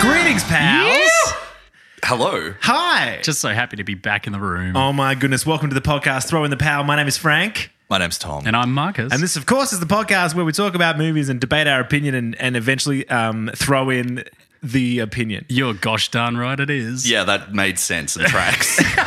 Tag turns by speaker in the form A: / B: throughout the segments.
A: Greetings, pals.
B: Hello.
A: Hi.
C: Just so happy to be back in the room.
A: oh my goodness. Welcome to the podcast Throw in the Power. My name is Frank.
B: My name's Tom.
C: And I'm Marcus.
A: And this, of course, is the podcast where we talk about movies and debate our opinion and, and eventually um, throw in the opinion.
C: you're gosh darn right it is.
B: yeah, that made sense and tracks.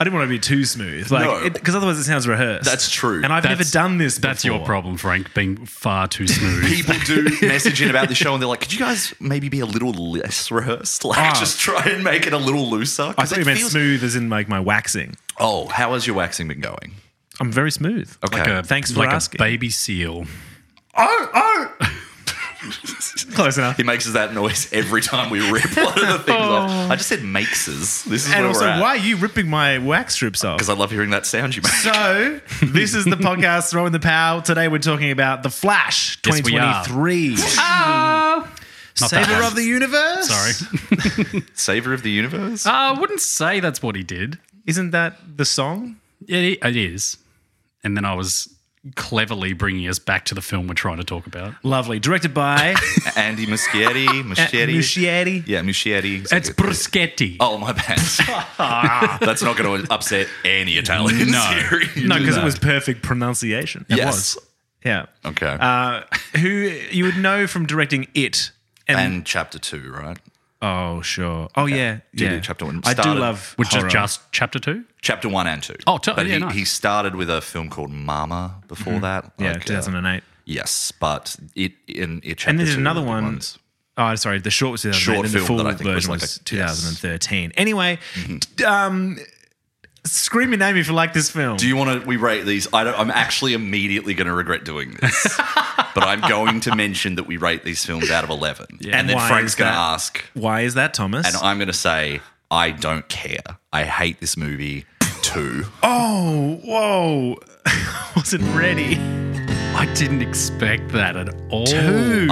A: I didn't want to be too smooth, like
B: No.
A: because otherwise it sounds rehearsed.
B: That's true.
A: And I've
C: That's-
A: never done this.
C: That's your
A: before.
C: problem, Frank, being far too smooth.
B: People do message in about the show and they're like, could you guys maybe be a little less rehearsed? Like,
A: Ah.
B: just try and make it a little looser?
A: I
B: 'Cause
A: thought
B: it
A: you meant
B: feels-
A: smooth as in like my waxing.
B: Oh, how has your waxing been going?
A: I'm very smooth.
B: Okay.
C: like a,
A: Thanks for
C: like
A: asking.
C: a baby seal.
B: oh, oh!
A: Close enough.
B: He makes that noise every time we rip one of the things off. I just said makeses. This is
A: Oh. And
B: where
A: also,
B: we're at.
A: why are you ripping my wax strips off?
B: Because I love hearing that sound you make.
A: So, this is the podcast Throwing the Power. Today, we're talking about The Flash
C: Yes, we are.
A: 2023.
C: Oh,
A: Savior of the universe?
C: Sorry. Uh,
B: Savior of the universe?
C: I wouldn't say that's what he did.
A: Isn't that the song?
C: It, it is. And then I was cleverly bringing us back to the film we're trying to talk about.
A: Lovely. Directed by
B: Andy Muschietti. Muschietti.
A: Muschietti.
B: yeah, Muschietti.
C: It's bruschetti.
B: Oh, my bad. That's not going to upset any Italians.
C: No.
B: hearing
A: No, because it
C: that.
A: was perfect pronunciation. It
B: Yes.
A: was. Yeah.
B: Okay.
A: Uh, who you would know from directing it.
B: and chapter two, right?
A: oh, sure. Oh, yeah.
B: Did
A: Yeah.
B: it, chapter one.
A: I do
B: Started-
A: love
C: Which is
A: horror.
C: just chapter two?
B: Chapter one and two.
C: Oh, to-
B: but
C: yeah,
B: he,
C: nice.
B: he started with a film called Mama before that.
A: Mm-hmm. Yeah,
B: like, uh,
A: 2008.
B: yes, but it in it. Chapter
A: And there's
B: two
A: another
B: were the
A: one.
B: ones-
A: Oh, sorry. The short was 2008,
B: Short
A: and the
B: film
A: full
B: that I think was
A: version was,
B: like a- Mm-hmm.
A: 2013. Anyway, t- um, scream your name if you like this film.
B: Do you want to? We rate these. I don't, I'm actually immediately going to regret doing this, but I'm going to mention that we rate these films out of eleven, and then
A: Why
B: Frank's
A: is
B: going to
A: that?
B: ask,
A: Why is that, Thomas?
B: and I'm going to say, I don't care. I hate this movie. Two.
A: oh, whoa. Wasn't ready.
C: I didn't expect that at all.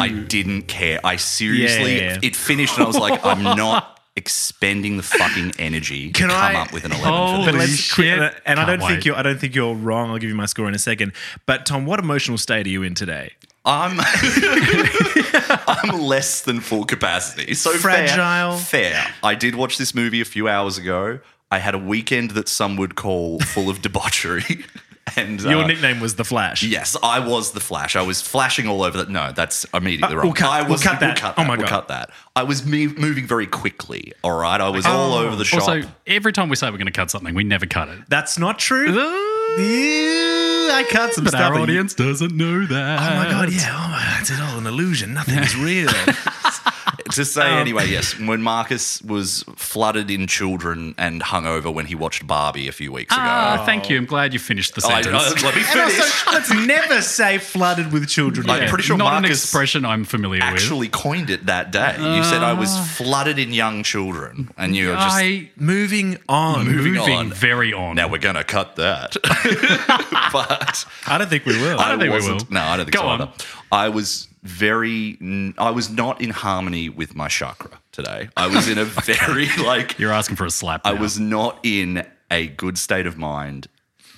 B: I didn't care. I seriously,
A: Yeah.
B: it finished, and I was like, I'm not expending the fucking energy
A: Can
B: to come
A: I-
B: up with an 11 for
C: Holy
B: this.
C: shit.
A: And, I don't think
C: Can't wait.
A: you're. I don't think you're wrong. I'll give you my score in a second. But Tom, what emotional state are you in today?
B: I'm, I'm less than full capacity. So fair-
A: Fragile.
B: Fair, I did watch this movie a few hours ago. I had a weekend that some would call full of debauchery. And
A: Your
B: uh,
A: nickname was the Flash.
B: Yes, I was the Flash. I was flashing all over that. No, that's immediately
A: Uh,
B: wrong.
A: we'll cut-
B: I
A: we'll
B: was,
A: cut that. Oh my
B: we'll
A: God.
B: cut that. I was mo- moving very quickly. All right, I was all
A: Oh.
B: over the shop.
C: Also, every time we say we're going to cut something, we never cut it.
A: That's not true. Ew, I cut some
C: But
A: stuff.
C: our
A: that you-
C: audience doesn't know that.
A: Oh my god! Yeah. Oh my god! It's all an illusion. Nothing is real.
B: to say
C: Um,
B: anyway, yes. When Marcus was flooded in children and hungover when he watched Barbie a few weeks ago.
C: Ah, thank you. I'm glad you finished the
B: I- I-
C: sentence.
B: let me
A: And
B: finish.
A: also, let's never say flooded with children.
B: Like, I'm
C: Yeah,
B: pretty sure
C: not an
B: Marcus
C: expression I'm familiar with.
B: Actually, coined it that day. You
C: Ah.
B: said I was flooded in young children, and you were just
C: I
A: Moving on.
B: moving,
C: moving
B: on.
C: very on.
B: Now we're gonna cut that. but
A: I don't think we will.
B: I,
C: don't think we
B: wasn't.
C: will.
B: No, I don't think
C: Go
B: so
C: on.
B: either. I was very. n- I was not in harmony with my chakra today. I was in a very like.
C: You're asking for a slap.
B: I
C: now.
B: was not in a good state of mind.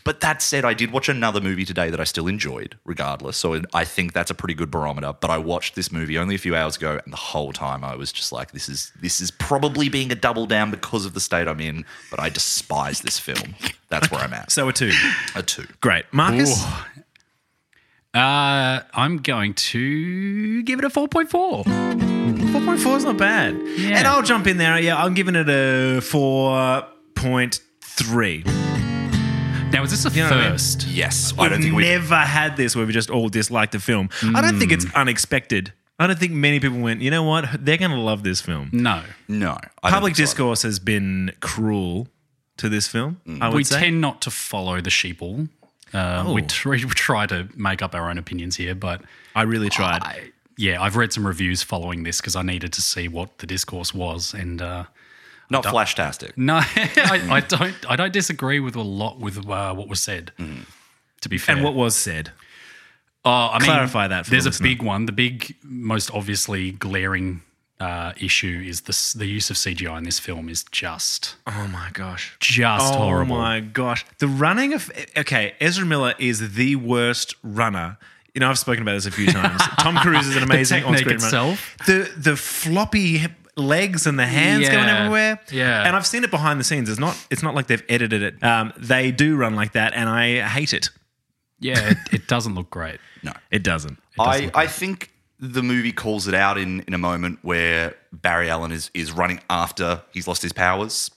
B: But that said, I did watch another movie today that I still enjoyed, regardless. So I think that's a pretty good barometer. But I watched this movie only a few hours ago, and the whole time I was just like, "This is this is probably being a double down because of the state I'm in." But I despise this film. That's where I'm at.
A: So a two.
B: A two.
A: Great, Marcus.
C: Uh, I'm going to give it a 4.4.
A: Four point four is not bad. And I'll jump in there. Yeah, I'm giving it a four point three.
C: Now, is this a
A: know what I mean?
C: first?
B: Yes, I
A: We've
B: don't think we.
A: never had this where we just all disliked the film. I don't think it's unexpected. I don't think many people went. You know what? They're going to love this film.
C: No.
B: No, I don't think
A: Public
B: so.
A: discourse has been cruel to this film. I would
C: We
A: say.
C: tend not to follow the sheeple. Uh,
A: Oh.
C: we, tr- we try to make up our own opinions here, but
A: I really tried.
C: I, yeah, I've read some reviews following this because I needed to see what the discourse was, and uh,
B: Not flashtastic.
C: No, I, I don't. I don't disagree with a lot with uh, what was said. To be fair,
A: and what was said?
C: oh, I mean,
A: clarify that for the
C: there's a
A: listener.
C: big one. The big, most obviously glaring uh, issue is this: the use of CGI in this film is just,
A: Oh my gosh.
C: just
A: oh
C: horrible.
A: my gosh. The running of okay, Ezra Miller is the worst runner You know, I've spoken about this a few times. Tom Cruise is an amazing
C: technique
A: on-screen
C: itself.
A: runner. The the floppy hip- legs and the hands
C: Yeah.
A: going everywhere.
C: Yeah.
A: and I've seen it behind the scenes. It's not it's not like they've edited it. Um, they do run like that, and I hate it.
C: Yeah, it, it doesn't look great.
B: No.
A: It doesn't.
B: I, I think the movie calls it out in, in a moment where Barry Allen is, is running after he's lost his powers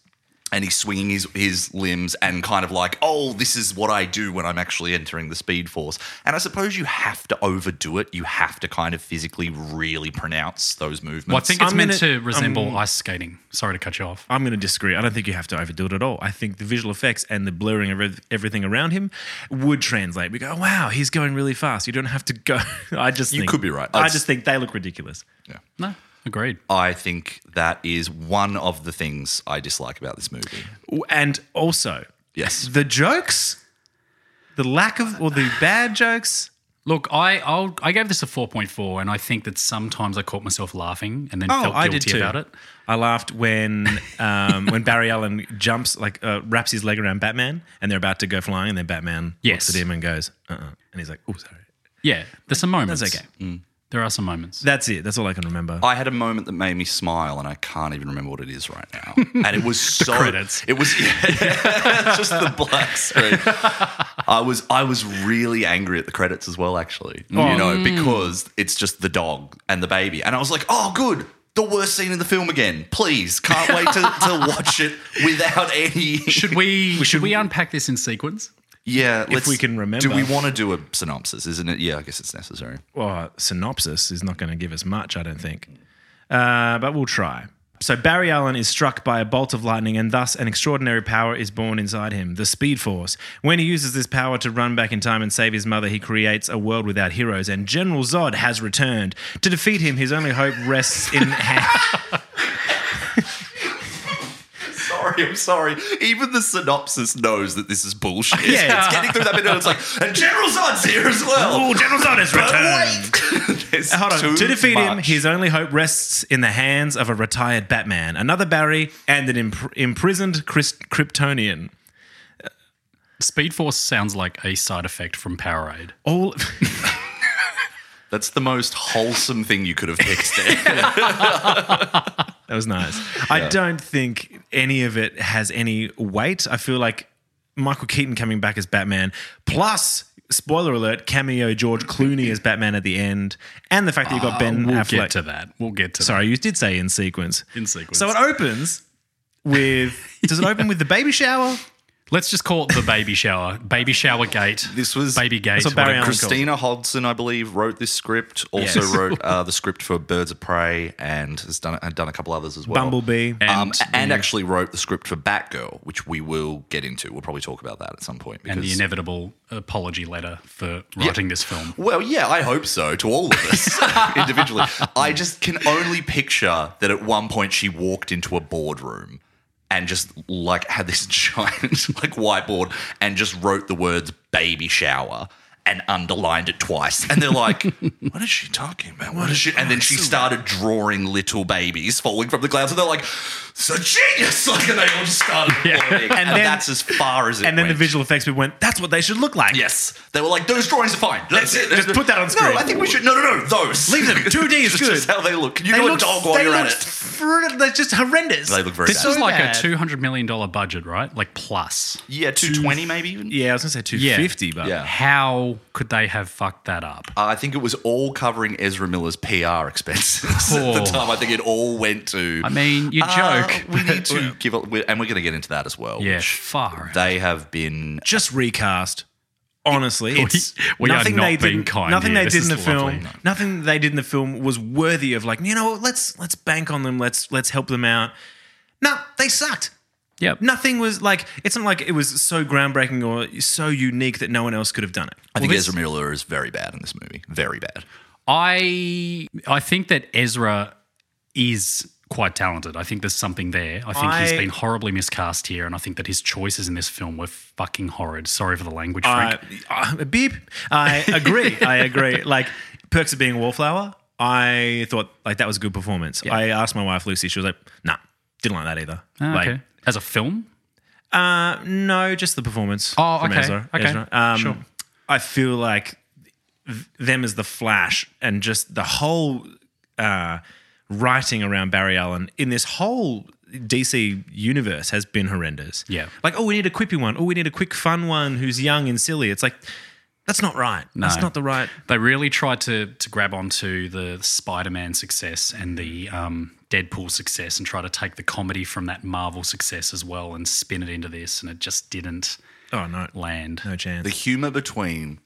B: and he's swinging his, his limbs and kind of like, oh, this is what I do when I'm actually entering the Speed Force. And I suppose you have to overdo it. You have to kind of physically really pronounce those movements.
C: Well, I think it's
A: I'm
C: meant
A: gonna- um,
C: to resemble ice skating. Sorry to cut you off.
A: I'm going to disagree. I don't think you have to overdo it at all. I think the visual effects and the blurring of ev- everything around him would translate. We go, wow, he's going really fast. You don't have to go. I just you
B: could be right.
A: I
B: I'd-
A: just think they look ridiculous.
C: No, agreed.
B: I think that is one of the things I dislike about this movie.
A: W- And also,
B: Yes.
A: the jokes, the lack of or the bad jokes.
C: Look, I I'll, I gave this a four point four, and I think that sometimes I caught myself laughing and then felt guilty
A: Oh, I did too.
C: about it.
A: I laughed when um, when Barry Allen jumps like uh, wraps his leg around Batman, and they're about to go flying, and then Batman
C: Yes.
A: looks at him and goes, uh-uh. and he's like, oh, sorry.
C: Yeah, there's some moments.
A: That's okay.
C: There are some moments.
A: That's it. That's all I can remember.
B: I had a moment that made me smile, and I can't even remember what it is right now. And it was so
C: credits.
B: It was yeah, just the black screen. I was I was really angry at the credits as well, actually.
A: Oh.
B: You know, because it's just the dog and the baby, and I was like, oh, good. The worst scene in the film again. Please, can't wait to, to watch it without any.
C: Should we, should we unpack this in sequence?
B: Yeah, if
A: we can remember.
B: Do we want to do a synopsis? Isn't it? Yeah, I guess it's necessary.
A: well, synopsis is not going to give us much, I don't think. Uh, but we'll try. So Barry Allen is struck by a bolt of lightning, and thus an extraordinary power is born inside him the Speed Force. When he uses this power to run back in time and save his mother, he creates a world without heroes, and General Zod has returned. To defeat him, his only hope rests in.
B: Sorry, I'm sorry. Even the synopsis knows that this is bullshit.
A: Yeah.
B: It's getting through that bit and it's like, and General Zod's here as well.
A: oh, General Zod has
B: But
A: returned!
B: wait. There's
A: Hold on.
B: too
A: To defeat him,
B: much.
A: his only hope rests in the hands of a retired Batman, another Barry, and an imp- imprisoned Chris- Kryptonian.
C: Speed Force sounds like a side effect from Powerade.
A: All.
B: That's the most wholesome thing you could have picked there.
A: That was nice. I don't think any of it has any weight. I feel like Michael Keaton coming back as Batman, plus spoiler alert, cameo George Clooney as Batman at the end, and the fact that you
B: Ah,
A: got Ben
C: We'll
A: Affleck.
C: get to that. We'll get
A: Oh,
C: to
A: Sorry, you did say in sequence.
C: that in sequence.
A: So it opens with. Does it open with the baby shower?
C: Let's just call it the baby shower. Baby shower gate.
B: This was-
C: baby gate.
A: That's what Barry
C: whatever.
A: Allen-
B: Christina Hodson, I believe, wrote this script. Also
A: Yes.
B: wrote uh, the script for Birds of Prey and has done had done a couple others as well.
A: Bumblebee.
B: Um,
C: And-
B: and actually wrote the script for Batgirl, which we will get into. We'll probably talk about that at some point. Because
C: and the inevitable apology letter for writing this film.
B: Well, yeah, I hope so to all of us individually. I just can only picture that at one point she walked into a boardroom and just like had this giant like whiteboard and just wrote the words baby shower and underlined it twice. And they're like, what is she talking about? What is she? And then she started drawing little babies falling from the clouds. And they're like, so genius. Like, and they all just started applauding. And,
A: then-
B: that's as far as it
A: and then the
B: went.
A: visual effects people went, that's what they should look like.
B: Yes. They were like, those drawings are fine. That's it.
A: Just put that on screen.
B: No, I think we should. No, no, no. Those.
A: Leave them. 2D is
B: That's just
A: good.
B: how they look. Can you
A: They
B: do a
A: look,
B: dog while
A: they
B: you're
A: look
B: at it?
A: fr- they're just horrendous.
B: They look very
C: This
B: bad.
C: was like
A: bad.
C: a two hundred million dollar budget, right? Like plus.
B: Yeah, 220 maybe even.
A: Yeah, I was gonna say 250, but
B: Yeah.
C: How could they have fucked that up?
B: Uh, I think it was all covering Ezra Miller's PR expenses at
C: Oh.
B: the time. I think it all went to.
C: I mean, you
B: Uh,
C: joke.
B: we need to give up, we- and we're going to get into that as well.
C: yeah,
B: which
C: far. out.
B: They have been.
A: just recast. Honestly, it's
C: we are
A: nothing
C: not
A: they
C: being
A: did,
C: kind
A: Nothing
C: here.
A: they
C: This
A: did in
C: is
A: the
C: lovely.
A: film. Nothing they did in the film was worthy of like you know what, let's let's bank on them. Let's let's help them out. No, they sucked.
C: Yep.
A: Nothing was like it's not like it was so groundbreaking or so unique that no one else could have done it.
B: I think
C: this-
B: Ezra Miller is very bad in this movie. Very bad.
C: I I think that Ezra is quite talented. I think there's something there. I think he's
A: I-
C: been horribly miscast here, and I think that his choices in this film were fucking horrid. Sorry for the language,
A: I,
C: Frank.
A: uh, beep. I agree. I agree. Like perks of being a wallflower. I thought like that was a good performance. I asked my wife Lucy. She was like, "Nah, didn't like that either."
C: Ah,
A: like,
C: okay. As a film,
A: Uh, no, just the performance.
C: Oh,
A: from
C: okay,
A: Ezra.
C: okay,
A: Ezra. Um,
C: sure.
A: I feel like th- them as the Flash and just the whole uh, writing around Barry Allen in this whole DC universe has been horrendous.
C: Yeah.
A: Like, oh, we need a quippy one. Oh, we need a quick, fun one who's young and silly. It's like, that's not right. That's not the right.
C: They really tried to to grab onto the Spider-Man success and the um, Deadpool success and try to take the comedy from that Marvel success as well and spin it into this, and it just didn't
A: Oh, no.
C: land.
A: No chance.
B: the humor between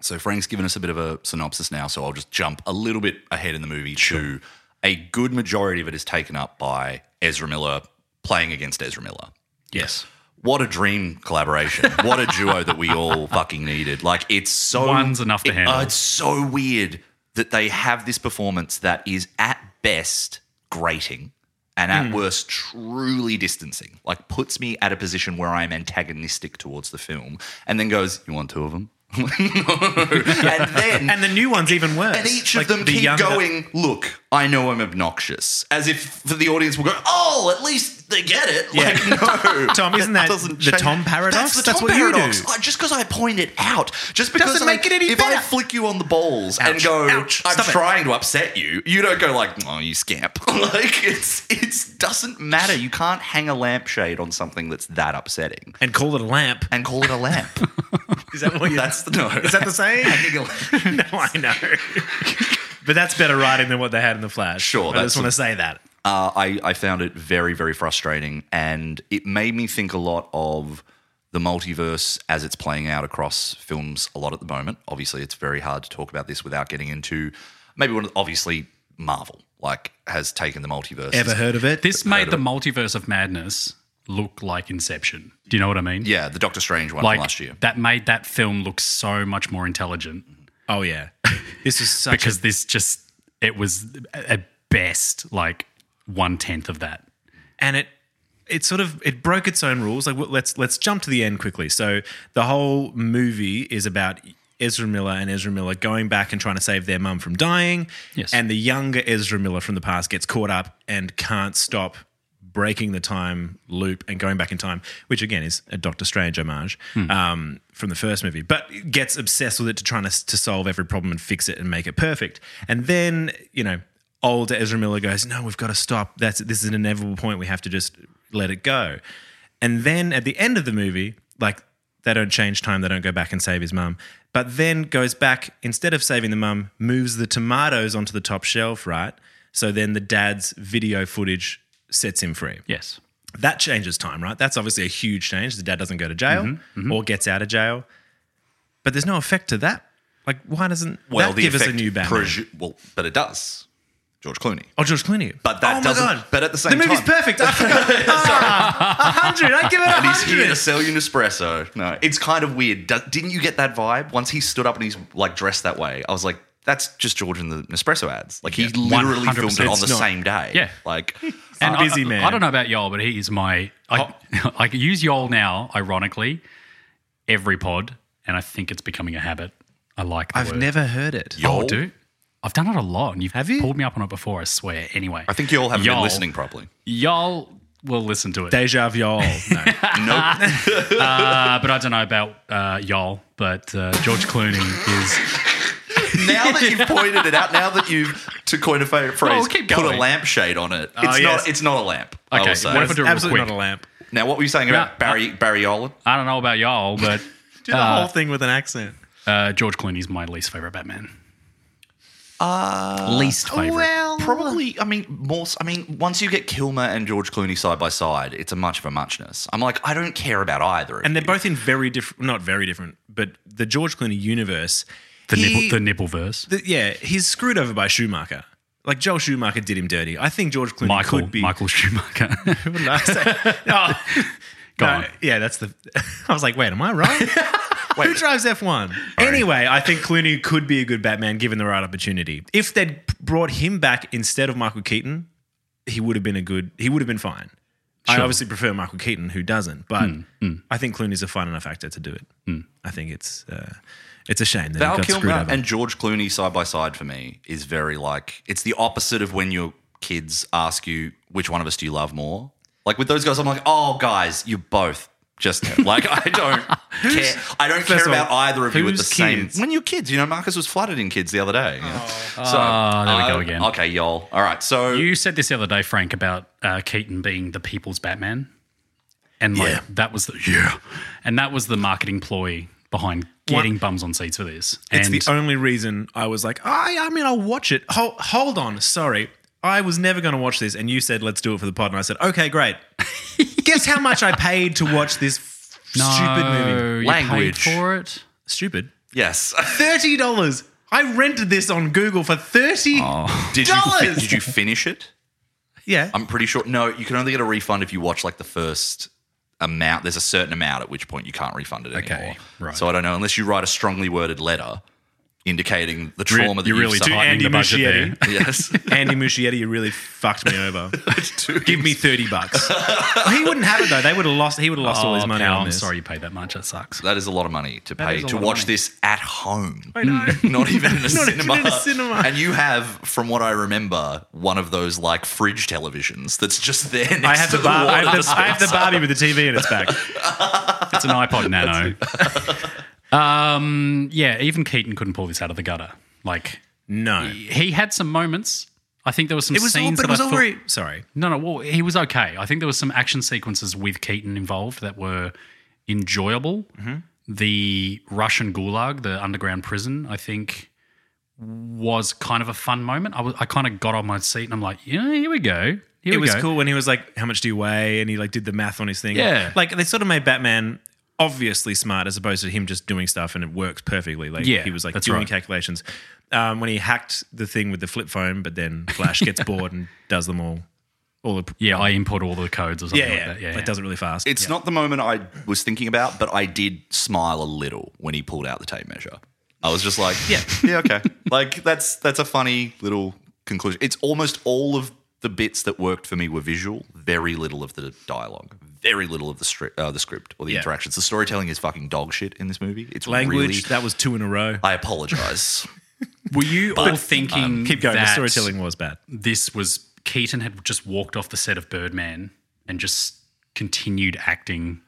B: so frank's given us a bit of a synopsis now so i'll just jump a little bit ahead in the movie to a good majority of it is taken up by ezra miller playing against ezra miller
C: Yes.
B: what a dream collaboration what a duo that we all fucking needed like it's so
C: One's enough to
B: it-
C: handle.
B: uh, it's so weird that they have this performance that is at best grating and at
C: Hmm.
B: worst truly distancing like puts me at a position where i'm antagonistic towards the film and then goes you want two of them no. and then
A: and the new one's even worse.
B: and each
A: Like,
B: of them
A: the
B: keep
A: younger-
B: going, look, I know I'm obnoxious. As if for the audience will go, oh, at least they get it. Like, no.
A: Tom, isn't that
B: doesn't
A: the Tom paradox?
B: That's the
A: That's
B: Tom
A: what you do.
B: paradox. Uh, Just because I point it out, just because
A: Doesn't
B: I-
A: make it any
B: if I
A: better.
B: flick you on the balls and
A: Ouch,
B: go,
A: ouch,
B: I'm
A: stop it."
B: trying to upset you, you don't go like, oh, you scamp. like, it's it's doesn't matter. You can't hang a lampshade on something that's that upsetting
A: And call it a lamp.
B: and call it a lamp.
A: Is that what you
B: that's the no.
A: Is that the same?
B: Hanging a lamp.
A: no, I know. but that's better writing than what they had in the Flash.
B: Sure,
A: I just
B: that's-
A: want to say that.
B: uh, I, I found it very, very frustrating. And it made me think a lot of the multiverse as it's playing out across films a lot at the moment. Obviously, it's very hard to talk about this without getting into maybe one of the, obviously, Marvel, like, has taken the multiverse.
A: Ever heard of it?
C: This made the multiverse of madness look like Inception. Do you know what I mean?
B: Yeah, the Doctor Strange one
C: Like
B: from last year.
C: that made that film look so much more intelligent
A: oh yeah, this is such
C: because this just it was at best like one tenth of that.
A: and it it sort of it broke its own rules. Like w- let's let's jump to the end quickly. So the whole movie is about Ezra Miller and Ezra Miller going back and trying to save their mum from dying.
C: Yes.
A: And the younger Ezra Miller from the past gets caught up and can't stop breaking the time loop and going back in time, which again is a Doctor Strange homage um, from the first movie, but gets obsessed with it to trying to, to solve every problem and fix it and make it perfect. And then, you know, old Ezra Miller goes, "No, we've got to stop. That's this is an inevitable point. We have to just let it go." And then at the end of the movie, like they don't change time, they don't go back and save his mum. But then goes back instead of saving the mum, moves the tomatoes onto the top shelf, right? So then the dad's video footage sets him free.
C: Yes.
A: That changes time, right? That's obviously a huge change. The dad doesn't go to jail
B: Mm-hmm,
A: or gets out of jail. But there's no effect to that. Like, why doesn't
B: Well,
A: that
B: the
A: give us a
B: effect
A: new Batman?
B: presu- well, but it does. George Clooney.
A: Oh, George Clooney.
B: But that
A: oh my
B: doesn't-
A: God.
B: but at the same
A: the movie's
B: time-
A: perfect. I forgot. Ah, a hundred. I give it a
B: And he's here to
A: hundred.
B: sell you Nespresso. No, it's kind of weird. Do- didn't you get that vibe once he stood up and he's like dressed that way? I was like, that's just George in the Nespresso ads. Like he literally filmed it
C: 100%.
B: on the
A: It's not-
B: same day.
C: Yeah. Oh,
B: like
A: And
C: I-
A: busy
C: I,
A: man. Oh.
C: I don't know about Yol, but he is my. I, I use Yol now, ironically, every pod, and I think it's becoming a habit. I like the
A: I've
C: word.
A: never heard it.
B: Yol.
C: Oh, dude. I've done it a lot, and you've
A: Have you?
C: pulled me up on it before, I swear. Anyway.
B: I think you all haven't been
C: Yol.
B: listening properly.
C: Yol will listen to it.
A: Deja vu. No.
B: Nope.
C: Uh, but I don't know about uh, Yol, but uh, George Clooney is.
B: now that you've pointed it out, now that you've to coin a fa- phrase,
C: we'll Oh, keep
B: put a
C: going. Oh,
B: lampshade on it. It's not.
A: yes.
B: It's not a lamp. I
C: Okay,
B: will say.
C: what if I do it real
A: Absolutely
C: quick?
A: not a lamp.
B: now, what were you saying about
C: No,
B: Barry Barry Olin?
C: I don't know about Yol, but
A: Do the whole thing with an accent.
C: uh, George Clooney is my least favorite Batman. Uh, least favorite.
B: Probably, I mean, more. s- I mean, once you get Kilmer and George Clooney side by side, it's a much of a muchness. I'm like, I don't care about either. of
A: And
B: you.
A: they're both in very different, not very different, but the George Clooney universe.
C: the,
A: he-
C: nipple, the nipple verse.
A: the- yeah, he's screwed over by Schumacher. Like Joel Schumacher did him dirty. I think George Clooney
C: Michael,
A: could be.
C: Michael Schumacher.
A: What did I say? No.
C: Go
A: No,
C: on.
A: Yeah, that's the. I was like, wait, am I right? Who drives F1? Anyway, I think Clooney could be a good Batman given the right opportunity. If they'd brought him back instead of Michael Keaton, he would have been a good. He would have been fine. I obviously prefer Michael Keaton, who doesn't, but
B: Mm,
A: I think Clooney's a fine enough actor to do it. I think it's uh, it's a shame that
B: Val
A: he got screwed
B: Kilmer
A: over.
B: and George Clooney side by side for me is very like it's the opposite of when your kids ask you which one of us do you love more. Like with those guys, I'm like, oh guys, you both Just like I don't care. I don't care
A: First of all,
B: about either of you at the
A: who's
B: same.
A: kids? Oh.
B: When you're kids, you know Marcus was flooded in kids the other day. you know. So
C: Ah, there we go
B: uh,
C: again.
B: Okay, y'all. All right. So
C: You said this the other day, Frank, about uh, Keaton being the people's Batman, and like
B: Yeah.
C: that was the yeah, and that was the marketing ploy behind getting bums on seats for this.
A: It's
C: and
A: the only reason I was like, I, I mean, I'll watch it. Hold, hold on, sorry, I was never going to watch this, and you said let's do it for the pod, and I said, okay, great. Guess how much I paid to watch this f- stupid movie?
C: you paid
B: Language.
C: for it.
A: Stupid.
B: yes,
A: Thirty dollars. I rented this on Google for thirty.
C: Oh.
B: did you fi-
A: Dollars!
B: did you finish it?
A: Yeah.
B: I'm pretty sure. No, you can only get a refund if you watch like the first amount. There's a certain amount at which point you can't refund it anymore.
C: Okay, right.
B: So I don't know unless you write a strongly worded letter indicating the
C: Re-
B: trauma that
C: you
B: you've
C: really do
B: suffered.
C: heightening
A: Andy
C: the budget
A: Muschietti.
C: there.
B: Yes.
A: Andy Muschietti, you really fucked me over.
B: Dude.
A: Give me thirty bucks. he wouldn't have it though. They would have lost. He would have lost all his
C: Oh,
A: money
C: pal,
A: on
C: I'm
A: this.
C: sorry you paid that much. That sucks.
B: That is a lot of money to pay
A: is a
B: to
A: lot of
B: watch
A: money.
B: this at home.
A: I know.
B: Not even in a
A: Not even
B: cinema.
A: in a cinema.
B: And you have, from what I remember, one of those like fridge televisions that's just there next
A: I have
B: to
A: the, bar-
B: the
A: I,
B: water
A: have the, I have the
B: dispenser.
A: Barbie with the TV in its back.
C: It's an iPod Nano. um, yeah, even Keaton couldn't pull this out of the gutter. Like
A: No,
C: he had some moments. I think there was some
A: it was all,
C: scenes
A: but it
C: that
A: was
C: I
A: all
C: thought-
A: very sorry.
C: No, no. Well, he was okay. I think there was some action sequences with Keaton involved that were enjoyable.
A: Mm-hmm.
C: The Russian gulag, the underground prison, I think was kind of a fun moment. I, was, I kind of got on my seat and I'm like, yeah, here we go. Here
A: It
C: we
A: was
C: go.
A: cool when he was like, "How much do you weigh?" and he like did the math on his thing.
C: Yeah.
A: like they sort of made Batman obviously smart as opposed to him just doing stuff and it works perfectly. Like
C: Yeah,
A: he was like
C: that's
A: doing
C: right.
A: calculations. Um, when he hacked the thing with the flip phone, but then Flash gets bored and does them all. All the
C: Yeah, I input all the codes or something
A: yeah,
C: like
A: yeah,
C: that. Yeah,
A: like
C: yeah.
A: does it really fast.
B: It's not the moment I was thinking about, but I did smile a little when he pulled out the tape measure. I was just like, yeah, yeah, okay. like that's that's a funny little conclusion. It's almost all of the bits that worked for me were visual, very little of the dialogue, very little of the script, uh, the script or the
A: Yeah.
B: interactions. The storytelling is fucking dog shit in this movie. It's
A: language.
B: really
A: That was two in a row.
B: I apologize.
C: Were you all thinking
A: um, Keep going.
C: that
A: the storytelling was bad.
C: this was Keaton had just walked off the set of Birdman and just continued acting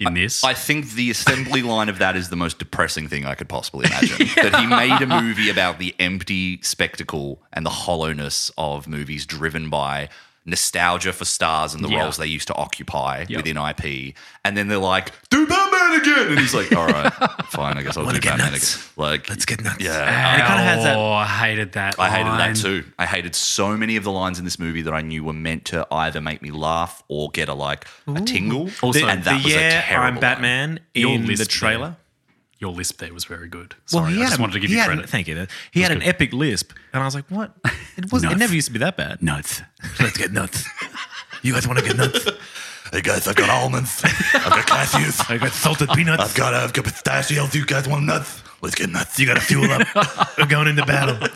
C: in this?
B: I think the assembly line of that is the most depressing thing I could possibly imagine. That he made a movie about the empty spectacle and the hollowness of movies driven by nostalgia for stars and the
C: Yeah.
B: roles they used to occupy within IP. And then they're like, do Batman again. And he's like, all right, fine, I guess I'll do
A: get
B: Batman
A: nuts.
B: again. Like,
A: Let's get nuts.
B: yeah.
A: And it kind of has that.
C: Oh, I hated that.
B: I hated
C: line.
B: that too. I hated so many of the lines in this movie that I knew were meant to either make me laugh or get a like a tingle.
C: Also,
B: and that
A: the
B: was a
A: yeah,
B: terrible
A: I'm
B: line.
A: Batman
C: Your
A: in
C: list
A: the
C: there.
A: trailer.
C: Your lisp there was very good.
A: Well,
C: Sorry,
A: he
C: I
A: had
C: just
A: a-
C: wanted to give
A: he
C: you
A: had an-
C: credit.
A: thank you. though. He had an epic lisp, and I was like, "What? It was. not It
C: Nuts.
A: never used to be that bad."
C: Nuts.
A: Let's get nuts. You guys want to get nuts?
D: Hey guys, I've got almonds. I've got cashews.
A: I got salted peanuts.
D: I've got I've got pistachios. You guys want nuts? Let's get nuts. You
A: Got to fuel up. We're going into battle.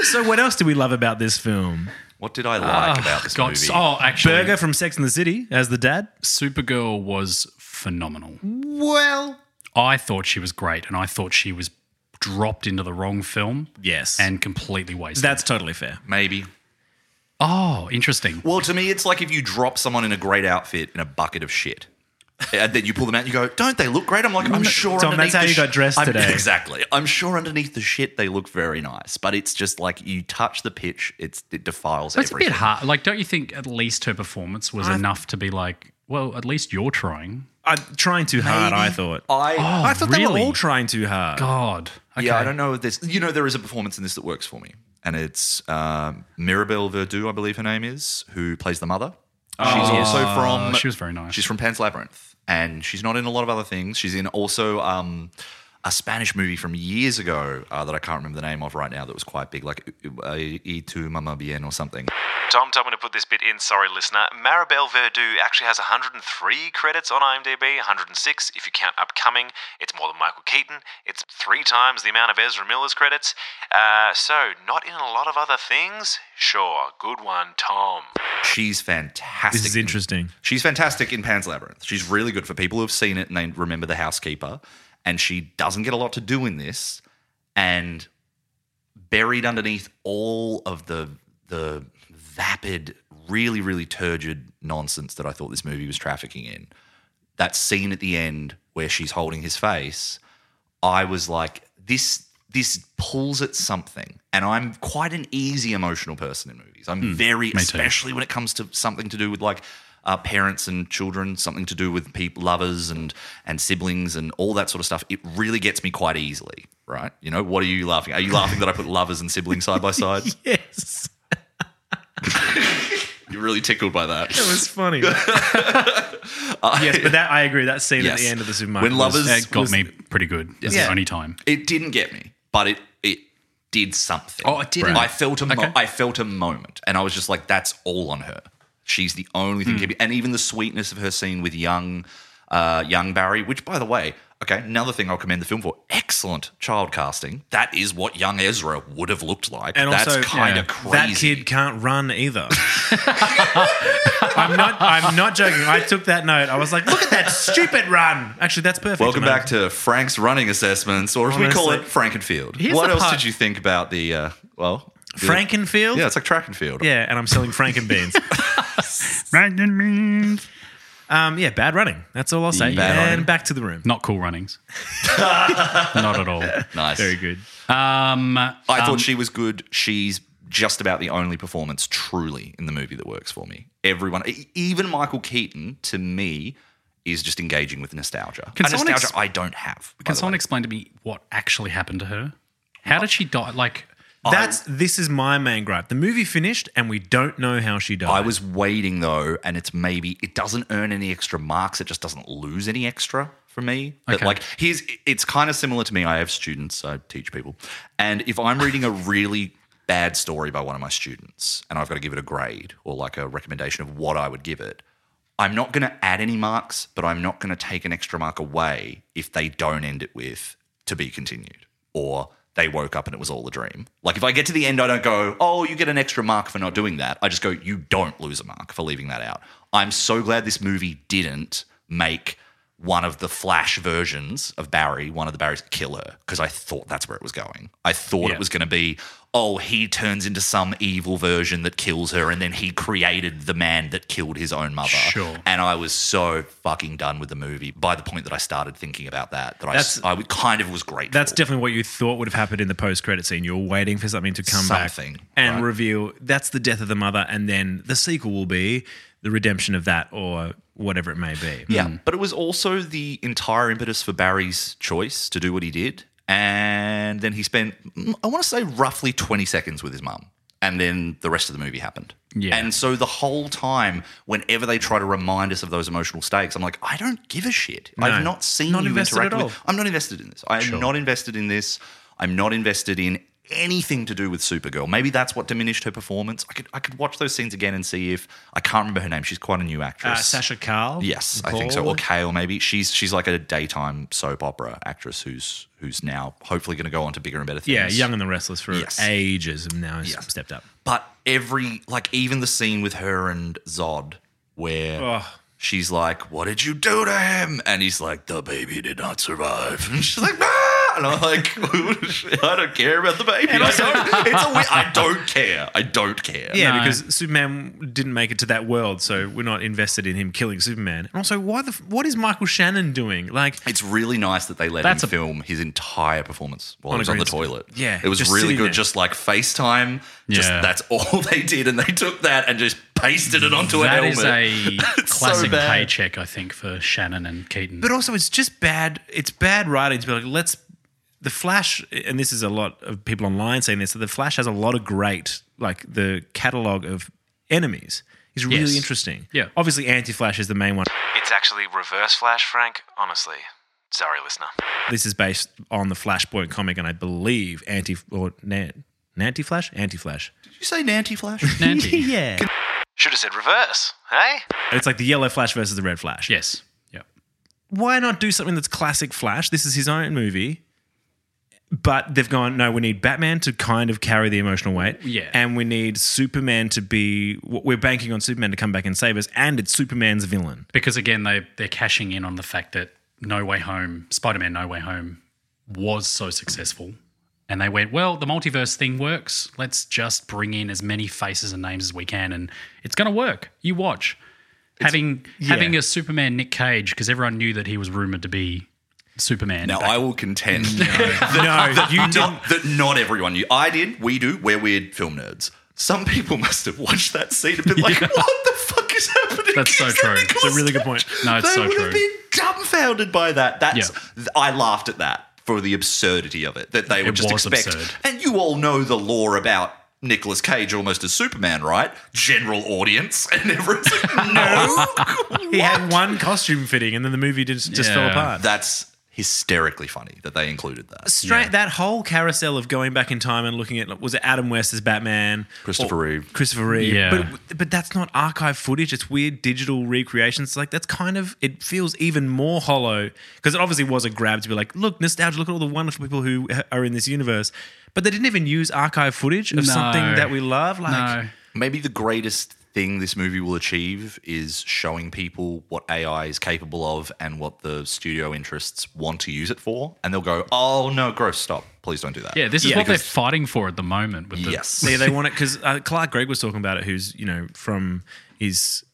A: So, what else do we love about this film?
B: What did I like
A: Ah,
B: about this
C: God,
B: movie?
C: oh, actually,
A: Burger from Sex and the City as the dad.
C: Supergirl was phenomenal.
A: Well,
C: I thought she was great, and I thought she was dropped into the wrong film
A: yes, and
C: and completely wasted.
A: that's totally fair.
B: Maybe.
C: oh, interesting.
B: Well, to me, it's like if you drop someone in a great outfit in a bucket of shit. And then you pull them out and you go, don't they look great? I'm like, I'm sure
A: Tom,
B: underneath
A: that's how
B: the
A: you
B: sh-
A: got dressed
B: I'm-
A: today.
B: Exactly. I'm sure underneath the shit they look very nice. But it's just like you touch the pitch, it's it defiles
C: That's a
B: everything.
C: bit hard. Like, don't you think at least her performance was enough to be like, well, at least you're trying.
A: I, trying too hard, I thought.
B: I
A: I thought they were
C: really?
A: all trying too hard.
C: God. Okay.
B: Yeah, I don't know if there's you know, there is a performance in this that works for me. And it's um, Mirabelle Verdú, I believe her name is, who plays the mother. She's also from
C: Oh, she was very nice.
B: She's from Pan's Labyrinth, and she's not in a lot of other things. She's in also um, a Spanish movie from years ago uh, that I can't remember the name of right now. That was quite big, like uh, "Y tu mamá bien" or something.
E: Tom told me to put this bit in. Sorry, listener. Maribel Verdú actually has 103 credits on IMDb, 106 if you count upcoming. It's more than Michael Keaton. It's three times the amount of Ezra Miller's credits. Uh, so, not in a lot of other things? Sure, good one, Tom.
B: She's fantastic.
A: This is interesting.
B: She's fantastic in Pan's Labyrinth. She's really good for people who've seen it and they remember the housekeeper. And she doesn't get a lot to do in this. And buried underneath all of the the vapid, really, really turgid nonsense that I thought this movie was trafficking in, that scene at the end where she's holding his face, I was like, this this pulls at something. And I'm quite an easy emotional person in movies. I'm very, especially when it comes to something to do with like uh, parents and children, something to do with people, lovers and and siblings and all that sort of stuff. It really gets me quite easily, right? You know, what are you laughing? Are you laughing that I put lovers and siblings side by side?
A: Yes.
B: You're really tickled by that.
A: That was funny. yes, but that I agree. That scene at
B: Yes.
A: the end of the supermarket.
B: When
A: was-
B: lovers-
C: That got
B: was-
C: me pretty good. It's
B: Yeah.
C: the only time.
B: It didn't get me, but it it did something.
C: Oh, it didn't?
B: I felt a mo-
C: Okay.
B: I felt a moment, and I was just like, "That's all on her. She's the only
C: Hmm.
B: thing." keeping And even the sweetness of her scene with young, uh, young Barry, which, by the way, okay, another thing I'll commend the film for: excellent child casting. That is what young Ezra would have looked like.
A: and
B: That's
A: also,
B: kind
A: yeah,
B: of crazy.
A: that kid can't run either. I'm not. I'm not joking. I took that note. I was like, "Look at that stupid run!" Actually, that's perfect.
B: Welcome
A: man.
B: back to Frank's running assessments, or as we call it, Frankenfield.
C: Here's
B: What
C: the
B: else
C: part-
B: did you think about the? Uh, well, the-
A: Frankenfield.
B: Yeah, it's like track and field.
A: Yeah, and I'm selling Frankenbeans. um, yeah, bad running. That's all I'll say.
B: Bad
A: and
B: running.
A: back to the room.
C: Not cool runnings. Not at all.
B: nice.
A: good.
C: Um,
B: I thought she was good. She's just about the only performance truly in the movie that works for me. Everyone, e- even Michael Keaton, to me, is just engaging with nostalgia.
C: Can
B: A
C: someone
B: nostalgia
C: ex-
B: I don't have. by
C: can
B: the
C: someone
B: way.
C: explain to me what actually happened to her? How did she die? Like,
A: That's this is my main gripe. The movie finished, and we don't know how she died.
B: I was waiting though, and it's maybe it doesn't earn any extra marks. It just doesn't lose any extra for me. But
C: Okay.
B: like here's it's kind of similar to me. I have students, I teach people. And if I'm reading a really bad story by one of my students and I've got to give it a grade or like a recommendation of what I would give it, I'm not gonna add any marks, but I'm not gonna take an extra mark away if they don't end it with to be continued or they woke up and it was all a dream. Like if I get to the end, I don't go, oh, you get an extra mark for not doing that. I just go, you don't lose a mark for leaving that out. I'm so glad this movie didn't make one of the flash versions of Barry, one of the Barrys, kill her because I thought that's where it was going. I thought it was going to be, oh, he turns into some evil version that kills her and then he created the man that killed his own mother.
C: Sure.
B: And I was so fucking done with the movie by the point that I started thinking about that, that I
A: That's-
B: s- I, w- kind of was grateful.
A: That's definitely what you thought would have happened in the post-credit scene. You're waiting for something to come
B: Something,
A: back and reveal that's the death of the mother, and then the sequel will be the redemption of that, or whatever it may be.
B: Yeah, but it was also the entire impetus for Barry's choice to do what he did. And then he spent, mm, I want to say, roughly 20 seconds with his mum. And then the rest of the movie happened.
C: Yeah.
B: And so the whole time, whenever they try to remind us of those emotional stakes, I'm like, I don't give a shit. I've not seen
A: Not
B: you
A: invested
B: interact
A: at
B: with.
A: all.
B: I'm not invested in this. I am not invested in this. I'm not invested in anything to do with Supergirl. Maybe that's what diminished her performance. I could I could watch those scenes again and see if I can't remember her name. She's quite a new
A: Uh,
B: actress.
A: Sasha Carl.
B: Yes, I think so. Or Kale, maybe she's she's like a daytime soap opera actress who's who's now hopefully going to go on to bigger and better things.
A: Yeah, Young and the Restless for
B: Yes.
A: ages, and now he's stepped up.
B: But every like even the scene with her and Zod where
A: Ugh.
B: she's like, "What did you do to him?" and he's like, "The baby did not survive." And she's like, "Ah!" And I'm like, "I don't care about the baby. I don't, it's a, wi- I don't care. I don't care."
A: Yeah,
C: No.
A: because Superman didn't make it to that world, so we're not invested in him killing Superman. And also, why the f- what is Michael Shannon doing? Like,
B: It's really nice that they let
C: That's
B: him
C: a-
B: film his entire performance while
A: On
B: he
A: a
B: was on the
A: green screen.
B: toilet.
A: Yeah,
B: it was
A: just
B: really
A: sitting
B: good.
A: there.
B: Just like FaceTime. Just
C: Yeah.
B: that's all they did, and they took that and just pasted it onto
C: that
B: an
C: is
B: helmet.
C: a
B: It's so
C: classic
B: bad.
C: paycheck, I think, for Shannon and Keaton.
A: but also it's just bad. It's bad writing to be like, let's. The Flash, and this is a lot of people online saying this. That the Flash has a lot of great, like the catalog of enemies is really
C: Yes.
A: interesting.
C: Yeah.
A: obviously, Anti Flash is the main one.
E: It's actually reverse Flash, Frank. Honestly. Sorry, listener.
A: This is based on the Flashpoint comic, and I believe Anti or Nan, Nanti Flash, Anti Flash.
B: Did you say Nanty Flash?
C: Nancy.
A: yeah,
E: Should have said reverse, hey?
A: it's like the Yellow Flash versus the Red Flash.
C: Yes. Yep.
A: why not do something that's classic Flash? This is his own movie. But they've gone, no, we need Batman to kind of carry the emotional weight.
C: Yeah.
A: And we need Superman to be, we're banking on Superman to come back and save us. And it's Superman's villain.
C: Because again, they they're cashing in on the fact that No Way Home, Spider-Man No Way Home, was so successful, and they went, well, the multiverse thing works. Let's just bring in as many faces and names as we can, and it's going to work. You watch. having having a Superman Nick Cage because everyone knew that he was rumored to be Superman.
B: Now I will contend
A: No, you
B: not, that not everyone knew. I did. We do. We're weird film nerds. Some people must have watched that scene and been like, "What the fuck is happening?"
C: That's so
B: Is that
C: true. It's a
B: Nicolas
A: really good point.
B: Cage?"
C: No, it's
B: they
C: so
B: would
C: true.
B: have been dumbfounded by that. That's
C: Yeah.
B: th- I laughed at that for the absurdity of it. That they would
C: It
B: just
C: was
B: expect.
C: absurd.
B: And you all know the lore about. Nicolas Cage almost as Superman, right? General audience, and everyone's like, no.
A: he had one costume fitting, and then the movie just, just fell
C: Yeah.
A: apart.
B: That's hysterically funny that they included that.
A: Straight that whole carousel of going back in time and looking at was it Adam West as Batman,
B: Christopher
A: Or-
B: Reeve.
A: Christopher Reeve.
C: Yeah.
A: But but that's not archive footage. It's weird digital recreations. Like that's kind of it feels even more hollow because it obviously was a grab to be like, look nostalgia. Look at all the wonderful people who ha- are in this universe. But they didn't even use archive footage of
C: No.
A: something that we love. Like
C: no,
B: Maybe the greatest thing this movie will achieve is showing people what AI is capable of and what the studio interests want to use it for. And they'll go, oh, no, gross, stop. Please don't do that.
C: yeah, this is
A: Yeah,
C: what they're
A: because-
C: fighting for at the moment. With the,
B: Yes.
A: Yeah, they want it because uh, Clark Gregg was talking about it. Who's you know from his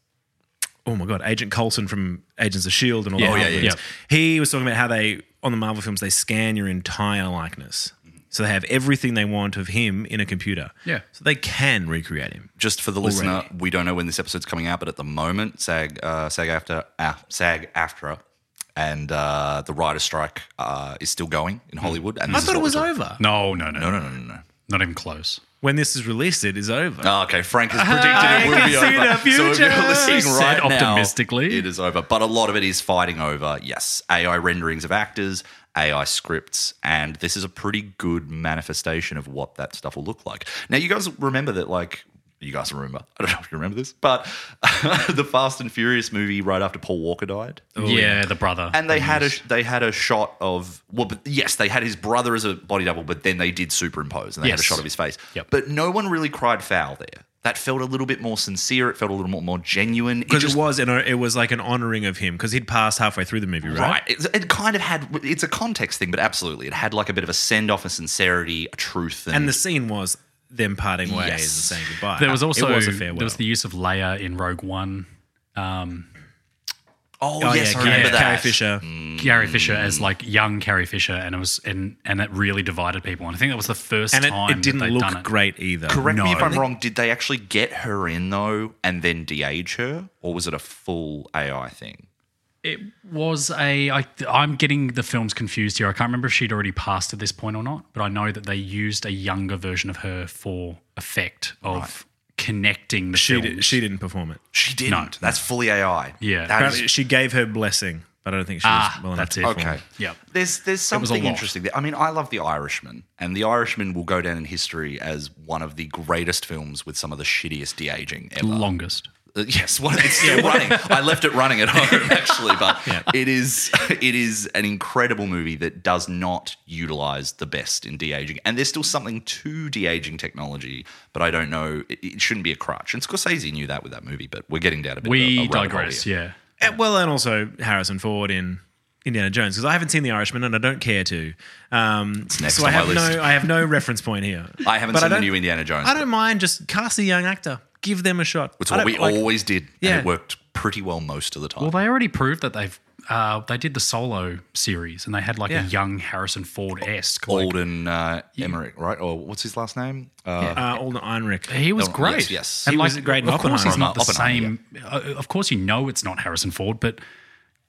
A: oh my god, Agent Coulson from Agents of Shield E and all
C: Yeah,
A: that.
C: oh, yeah, yeah,
A: He was talking about how they on the Marvel films they scan your entire likeness, so they have everything they want of him in a computer.
C: Yeah.
A: so they can recreate him.
B: Just for the listener, we don't know when this episode's coming out, but at the moment, SAG, uh, SAG after, ah, SAG AFTRA, and uh, the writer strike uh, is still going in Hollywood. And this is what we're talking-
A: over
C: no, no, no,
B: No, no, no, no, no.
C: not even close.
A: when this is released. It is over.
C: Uh,
B: Oh, okay, Frank has predicted it will
A: can
B: be over.
A: see the
B: So if
A: future.
B: you're listening
C: He
B: right
C: said
B: now,
C: optimistically.
B: it is over. But a lot of it is fighting over yes, AI renderings of actors, AI scripts, and this is a pretty good manifestation of what that stuff will look like. Now, you guys remember that, like. You guys remember? I don't know if you remember this, but the Fast and Furious movie right after Paul Walker died,
C: yeah, the brother.
B: and they had a they had a shot of well, but yes, they had his brother as a body double, but then they did superimpose and they had a
C: Yes.
B: shot of his face.
C: Yep.
B: But no one really cried foul there. That felt a little bit more sincere. It felt a little more, more genuine. It
A: Because
B: just-
A: it was, and it was like an honoring of him because he'd passed halfway through the movie, right?
B: right. It, it kind of had. It's a context thing, but absolutely, it had like a bit of a send off, a sincerity, a truth,
A: And the scene was them parting ways
B: Yes.
A: and saying goodbye.
C: there was also
A: it was a
C: there
A: farewell.
C: was the use of Leia in Rogue One.
B: oh,
A: oh
B: yes,
A: yeah,
B: I remember
A: Carrie,
B: that.
A: Carrie Fisher.
C: Mm. Gary Fisher as like young Carrie Fisher, and it was and and that really divided people. And I think that was the first
A: and it,
C: time
A: it didn't
C: that they'd
A: look
C: done it.
A: great either.
B: Correct me if I'm wrong. Did they actually get her in though, and then de-age her, or was it a full AI thing?
C: It was a. I, I'm getting the films confused here. I can't remember if she'd already passed at this point or not, but I know that they used a younger version of her for effect of connecting the
A: She,
C: films.
A: did, she didn't perform it.
B: She didn't. That's fully AI. That is
C: Yeah.
A: Apparently, she gave her blessing, but I don't think she was
C: Ah,
A: well enough
C: that's
A: to
C: it.
A: perform
B: Okay.
C: Yep.
B: There's there's
C: was a
B: something
C: lot.
B: interesting there. I mean, I love The Irishman, and The Irishman will go down in history as one of the greatest films with some of the shittiest de aging ever.
C: Longest.
B: Uh, yes, one, it's still running. I left it running at home actually, but it is it is an incredible movie that does not utilize the best in de aging, and there's still something to de aging technology, but I don't know. It, it shouldn't be a crutch, and Scorsese knew that with that movie. But we're getting down a bit.
C: We
B: of a, a rabbit hole
C: digress.
B: here.
C: Yeah.
A: Uh, Well, and also Harrison Ford in Indiana Jones because I haven't seen The Irishman and I don't care to. Um,
B: next
A: so I
B: on my
A: have
B: list.
A: no I have no reference point here.
B: I haven't
A: But
B: seen the
A: don't-
B: new Indiana Jones.
A: I don't mind just cast a young actor, give them a shot.
B: It's
A: I
B: what
A: don't-
B: we
A: like-
B: always did,
A: Yeah.
B: and it worked pretty well most of the time.
C: Well, they already proved that they've. Uh, they did the solo series, and they had like
A: Yeah.
C: a young Harrison Ford esque. Like,
B: Alden uh, Emmerich, right? Or what's his last name? Uh,
A: Uh, Alden Ehrenreich.
C: He was
B: Oh, yes,
C: great.
B: yes.
A: He was great in
C: Of course, he's
A: Oppenheimer.
C: not the
B: Oppenheimer,
C: same. Uh, of course, you know it's not Harrison Ford, but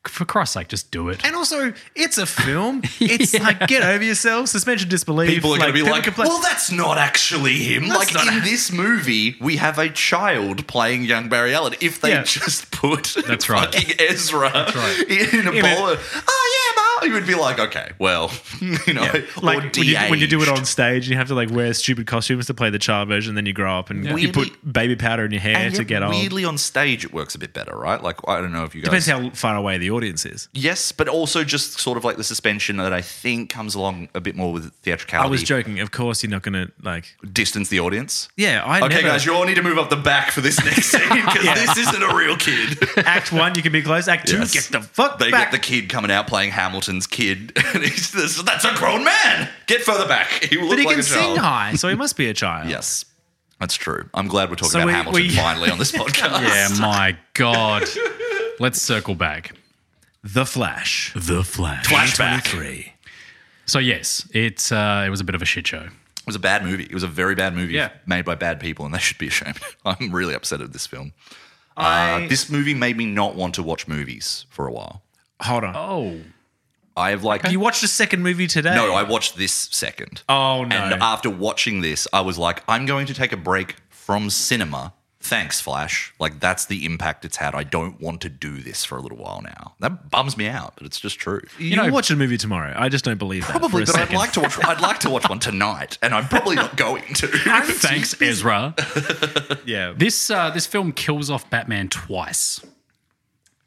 C: for Christ's sake, just do it.
A: And also, it's a film. It's like get over yourself, suspension of disbelief.
B: People are going to be
A: people
B: like,
A: can play-
B: well, that's not actually him.
A: That's
B: like,
A: not
B: in
A: a-
B: this movie, we have a child playing young Barry Allen. If they
A: Yeah.
B: just put
C: That's right.
B: fucking Ezra in a
A: In
B: bowl of, oh, yeah, ma, you would be like, okay, well, you know,
A: like
B: or
A: when you, when you do it
B: de-aged.
A: on stage and you have to like wear stupid costumes to play the child version, then you grow up and you
B: Weirdly-
A: put baby powder in your hair
B: And
A: to
B: yet
A: get old.
B: Weirdly, on stage, it works a bit better, right? Like, I don't know if you guys.
A: Depends how far away the audience is.
B: Yes, but also just sort of like the suspension that I think comes along a bit more with theatricality.
A: I was joking. Of course, you're not going to like.
B: Distance the audience.
A: Yeah, I
B: Okay,
A: never-
B: guys, you all need to move up the back for this next scene because this isn't a real kid.
A: Act one, you can be close. Act two,
B: Yes.
A: get the fuck
B: They
A: back.
B: get the kid coming out playing Hamilton's kid, and he's this, that's a grown man. Get further back. He will
A: but
B: look
A: he
B: like
A: can
B: a child.
A: sing high, so he must be a child.
B: Yes. That's true. I'm glad we're talking
A: So
B: about
A: we-
B: Hamilton
A: we-
B: finally on this podcast.
C: Yeah, my God. Let's circle back.
A: The Flash.
C: The Flash.
B: Flashback. It
A: 23.
C: So, yes, it, uh, it was a bit of a shit show.
B: was a bad movie. It was a very bad movie
C: Yeah.
B: made by bad people, and they should be ashamed. I'm really upset at this film.
A: I-
B: Uh, this movie made me not want to watch movies for a while.
A: Hold on.
C: Oh.
B: I have like
A: You watched the second movie today?
B: no. I watched this second.
A: Oh, no.
B: And uh, after watching this, I was like, I'm going to take a break from cinema. Thanks, Flash. Like, that's the impact it's had. I don't want to do this for a little while now. That bums me out, but it's just true.
A: you
C: know-
A: will watch a movie tomorrow. I just don't believe that.
B: Probably,
A: for a
B: but I'd
A: second.
B: like to watch. I'd like to watch one tonight, and I'm probably not going to.
C: Thanks, Ezra.
A: Yeah.
C: This, uh, this film kills off Batman twice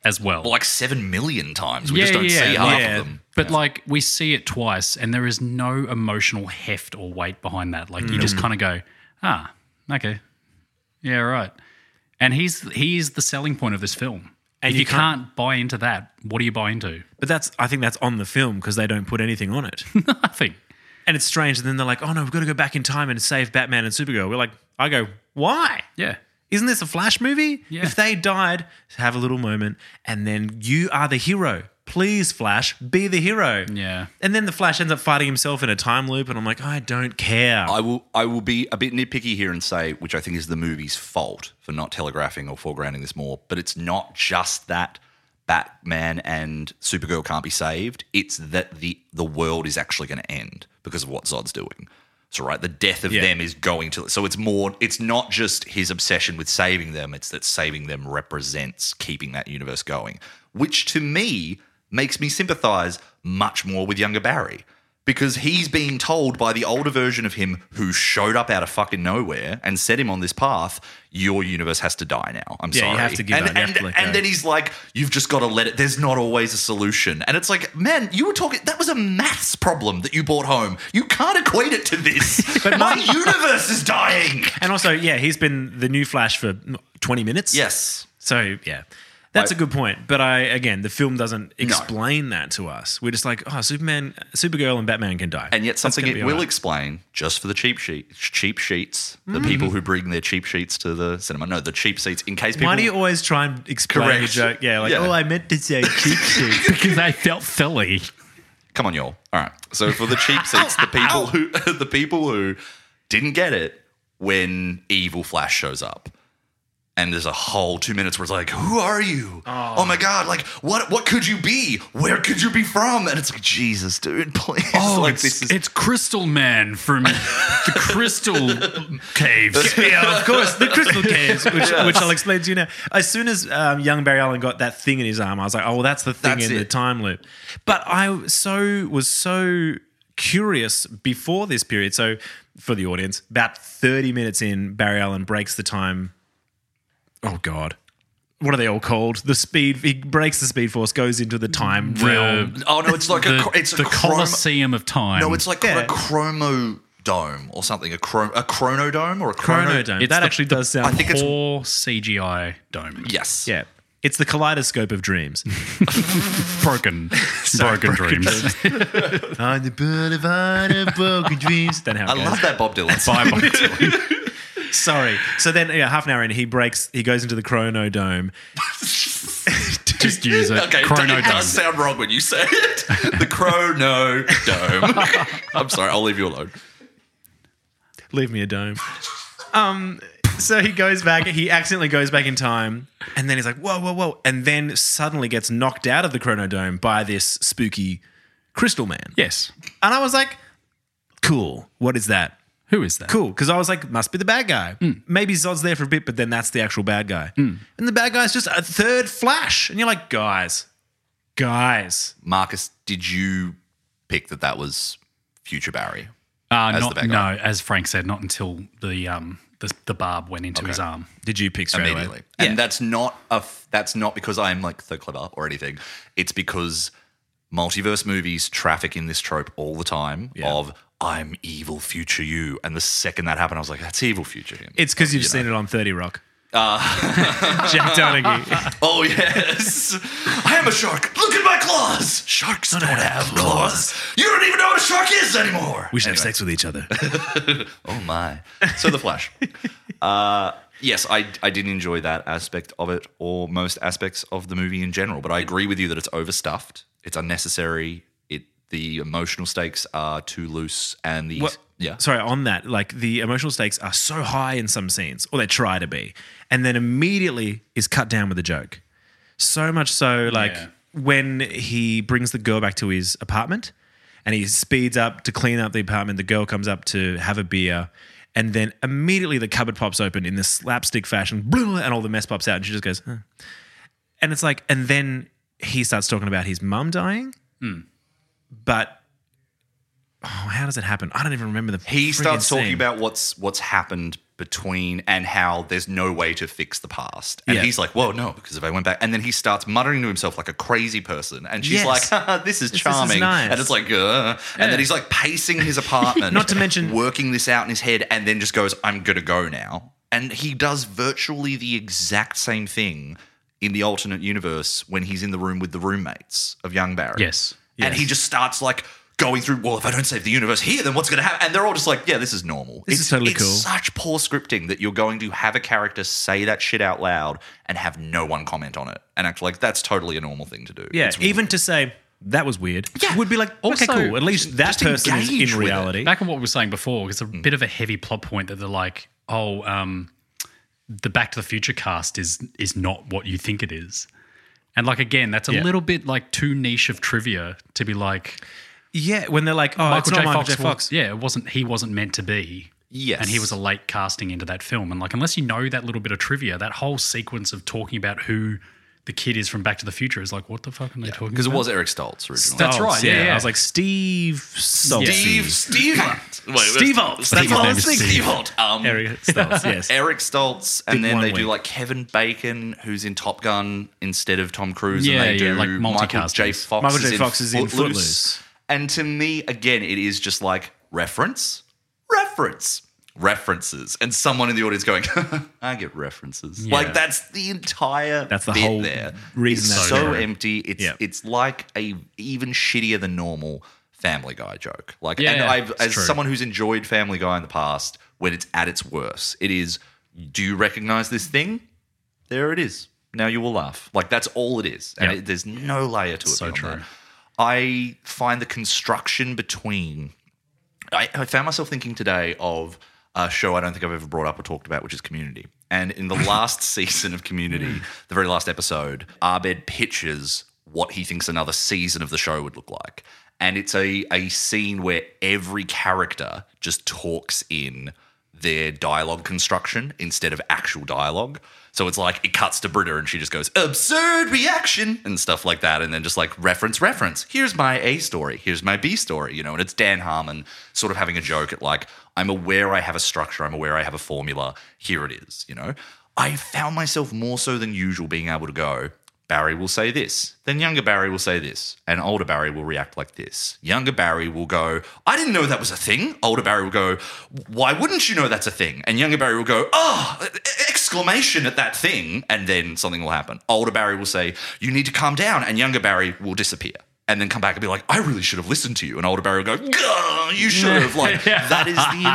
C: as well.
B: like seven million times, we just don't see
C: like-
B: half
A: yeah.
B: of them.
C: But like we see it twice, and there is no emotional heft or weight behind that. Like you just
B: Mm.
C: kind of go, ah, okay, yeah, right. And he's he's the selling point of this film.
A: And
C: if
A: you
C: you can't, buy into that, what do you buy into?
A: But that's I think that's on the film because they don't put anything on it.
C: Nothing.
A: and it's strange. And then they're like, oh no, we've got to go back in time and save Batman and Supergirl. We're like, I go, why?
C: Yeah.
A: Isn't this a Flash movie?
C: Yeah.
A: If they died, have a little moment, and then you are the hero. Please, Flash, be the hero.
C: Yeah.
A: And then the Flash ends up fighting himself in a time loop, and I'm like, I don't care.
B: I will. I will be a bit nitpicky here and say, which I think is the movie's fault for not telegraphing or foregrounding this more. But it's not just that Batman and Supergirl can't be saved. It's that the the world is actually going to end because of what Zod's doing. So right, the death of
A: Yeah.
B: them is going to. So it's more. It's not just his obsession with saving them. It's that saving them represents keeping that universe going, which to me makes me sympathize much more with younger Barry because he's being told by the older version of him who showed up out of fucking nowhere and set him on this path, your universe has to die now. I'm
A: Yeah,
B: sorry.
A: you have to give
B: and,
A: up. You
B: and,
A: have to let go.
B: and then he's like, you've just got to let it. There's not always a solution. And it's like, man, you were talking. That was a maths problem that you brought home. You can't equate it to this. but my universe is dying.
A: and also, yeah, he's been the new Flash for mm, 20 minutes.
B: Yes.
A: So yeah, that's
B: I-
A: a good point. But I again, the film doesn't explain that to us. We're just like, oh, Superman, Supergirl, and Batman can die,
B: And yet,
A: That's
B: something
A: gonna be
B: it will
A: alright.
B: explain just for the cheap sheet, cheap sheets,
A: Mm.
B: the people who bring their cheap sheets to the cinema. No, the cheap seats. In case people,
A: Why do you always try and explain the
B: Correct.
A: joke? Yeah, like
B: Yeah.
A: oh, I meant to say cheap sheet.
C: Because they felt silly.
B: Come on, y'all. All right. So for the cheap seats, the people who the people who didn't get it when evil Flash shows up. And there's a whole two minutes where it's like, who are you? Oh. my god! Like, what? What could you be? Where could you be from? And it's like, Jesus, dude, please! Oh, like this is
C: it's Crystal Man from the Crystal Caves.
A: yeah, of course, the crystal caves, which, which I'll explain to you now. As soon as um, young Barry Allen got that thing in his arm, I was like, oh, well, that's the thing
B: That's
A: in the
B: it.
A: time loop. But I so was so curious before this period. So for the audience, about thirty minutes in, Barry Allen breaks the time. Oh God. What are they all called? The speed. He breaks the speed force, goes into the time realm.
C: The,
B: oh no, it's like a
C: the,
B: cr- it's a
C: the
B: chromo-
C: Colosseum of Time.
B: No, it's like called
A: Yeah.
B: a chromo dome or something. A chro- a chronodome or a chrono-
A: Chronodome.
C: It's
A: that
C: the-
A: actually
C: the-
A: does sound.
B: I think it's-
C: poor CGI dome.
B: Yes.
A: yeah, it's the kaleidoscope of dreams.
C: broken, broken dreams.
A: On the boulevard of broken dreams. Then how
B: I
A: it goes.
B: love that Bob Dylan. song.
A: Sorry. So then, yeah, half an hour in, he breaks. He goes into the chrono dome.
C: Just use it.
B: Okay,
C: Chrono
B: it does
C: Dome.
B: sound wrong when you say it. The Chrono Dome. I'm sorry, I'll leave you alone.
A: Leave me a dome. Um. So he goes back. He accidentally goes back in time, and then he's like, "Whoa, whoa, whoa!" And then suddenly gets knocked out of the chrono dome by this spooky crystal man.
C: Yes.
A: And I was like, "Cool. What is that?"
C: Who is that?
A: cool because I was like, must be the bad guy. Maybe Zod's there for a bit, but then that's the actual bad guy. And the bad guy's just a third Flash, and you're like, guys, guys,
B: Marcus, did you pick that that was future Barry?
C: Uh,
B: As
C: not,
B: the bad guy.
C: no, as Frank said, not until the um the, the barb went into his arm.
A: did you pick straight
B: Immediately.
A: away?
B: And that's not a f- that's not because I'm like so clever or anything. It's because multiverse movies traffic in this trope all the time of I'm evil future you. And the second that happened, I was like, that's evil future him.
A: It's because you've seen it on Thirty Rock. Jack Donaghy.
B: Oh yes, I am a shark. Look at my claws. Sharks don't, have claws. You don't even know what a shark is anymore.
A: we should have sex with each other.
B: Oh my. So the Flash. uh, yes, I I did enjoy that aspect of it, or most aspects of the movie in general. But I agree with you that it's overstuffed. It's unnecessary. It the emotional stakes are too loose, and the
A: What-
B: yeah.
A: Sorry, on that, like the emotional stakes are so high in some scenes, or they try to be, and then immediately is cut down with a joke. So much so, like
C: Yeah.
A: when he brings the girl back to his apartment and he speeds up to clean up the apartment, the girl comes up to have a beer. And then immediately the cupboard pops open in this slapstick fashion, blah, and all the mess pops out, and she just goes, huh. and it's like, and then he starts talking about his mum dying,
B: Hmm.
A: but Oh, how does it happen? I don't even remember the.
B: He
A: friggin'
B: starts talking
A: scene.
B: about what's what's happened between and how there's no way to fix the past. And
A: Yeah.
B: he's like, "Whoa, no, because if I went back." And then he starts muttering to himself like a crazy person. And she's
A: Yes.
B: like, Haha, "This is
A: is
B: charming."
A: nice.
B: And it's like, "Uh." and then he's like pacing his apartment.
A: Not to mention-
B: working this out in his head and then just goes, "I'm going to go now." And he does virtually the exact same thing in the alternate universe when he's in the room with the roommates of young Barry.
C: Yes.
B: And he just starts like going through, well, if I don't save the universe here, then what's going to happen? And they're all just like, yeah, this is normal.
A: This is totally
B: it's
A: cool.
B: such poor scripting that you're going to have a character say that shit out loud and have no one comment on it and act like that's totally a normal thing to do.
A: Yeah,
B: It's weird.
A: even to say that was weird.
B: Yeah.
A: would be like okay,
C: Also,
A: cool. At least that
B: just
A: person is
B: engage
A: in
B: with it.
A: reality.
C: Back on what we were saying before, it's a bit of a heavy plot point that they're like, oh, um, the Back to the Future cast is is not what you think it is. And like again, that's a
A: Yeah.
C: little bit like too niche of trivia to be like
A: Yeah, when they're like, oh, it's
C: Michael
A: not
C: J.
A: Michael
C: Fox.
A: J.
C: wa-
A: Fox.
C: yeah, it wasn't. He wasn't meant to be.
B: Yes.
C: and he was a late casting into that film. And like, unless you know that little bit of trivia, that whole sequence of talking about who the kid is from Back to the Future is like, what the fuck are they talking about?
B: Because it was Eric Stoltz originally.
C: That's
A: Oh,
C: right, yeah, yeah.
A: I was like Steve.
B: Steve
A: Steve.
B: Stevens. Wait,
A: Steve Holtz. That's what I was thinking.
B: Steve Holt. Um,
A: Eric Stoltz. Yes.
B: Eric Stoltz, and
A: Big
B: then
A: one
B: they do
A: week.
B: like Kevin Bacon, who's in Top Gun instead of Tom Cruise,
C: Yeah,
B: and they
C: yeah,
B: do
C: like
B: Michael J.
C: multicasters.
B: Fox.
A: Michael
B: is
A: J.
B: in
A: Fox is in
B: Footloose.
A: Footloose.
B: And to me, again, it is just like reference, reference, references, and someone in the audience going, "I get references." Like that's the entire.
A: That's the
B: bit
A: whole
B: there.
A: reason
B: It's
A: that's
B: so
A: there.
B: empty. It's
A: Yeah.
B: it's like a even shittier than normal Family Guy joke. Like, and
C: Yeah,
B: I've
C: it's
B: as
C: true.
B: someone who's enjoyed Family Guy in the past, when it's at its worst, it is. Do you recognize this thing? There it is. Now you will laugh. Like that's all it is, and
C: Yep.
B: it, there's no layer to it.
C: So
B: beyond
C: true.
B: that. I find the construction between. I, I found myself thinking today of a show I don't think I've ever brought up or talked about, which is Community. And in the last season of Community, the very last episode, Abed pictures what he thinks another season of the show would look like. And it's a, a scene where every character just talks in their dialogue construction instead of actual dialogue. So it's like it cuts to Britta and she just goes, absurd reaction and stuff like that. And then just like reference, reference. Here's my A story. Here's my B story, you know. And it's Dan Harmon sort of having a joke at like, I'm aware I have a structure. I'm aware I have a formula. Here it is, you know. I found myself more so than usual being able to go, Barry will say this. Then younger Barry will say this. And older Barry will react like this. Younger Barry will go, I didn't know that was a thing. Older Barry will go, Why wouldn't you know that's a thing? And younger Barry will go, Oh, e- exclamation at that thing. And then something will happen. Older Barry will say, You need to calm down. And younger Barry will disappear. And then come back and be like, I really should have listened to you. And older Barry will go, "Gah, You should have. Like, that is the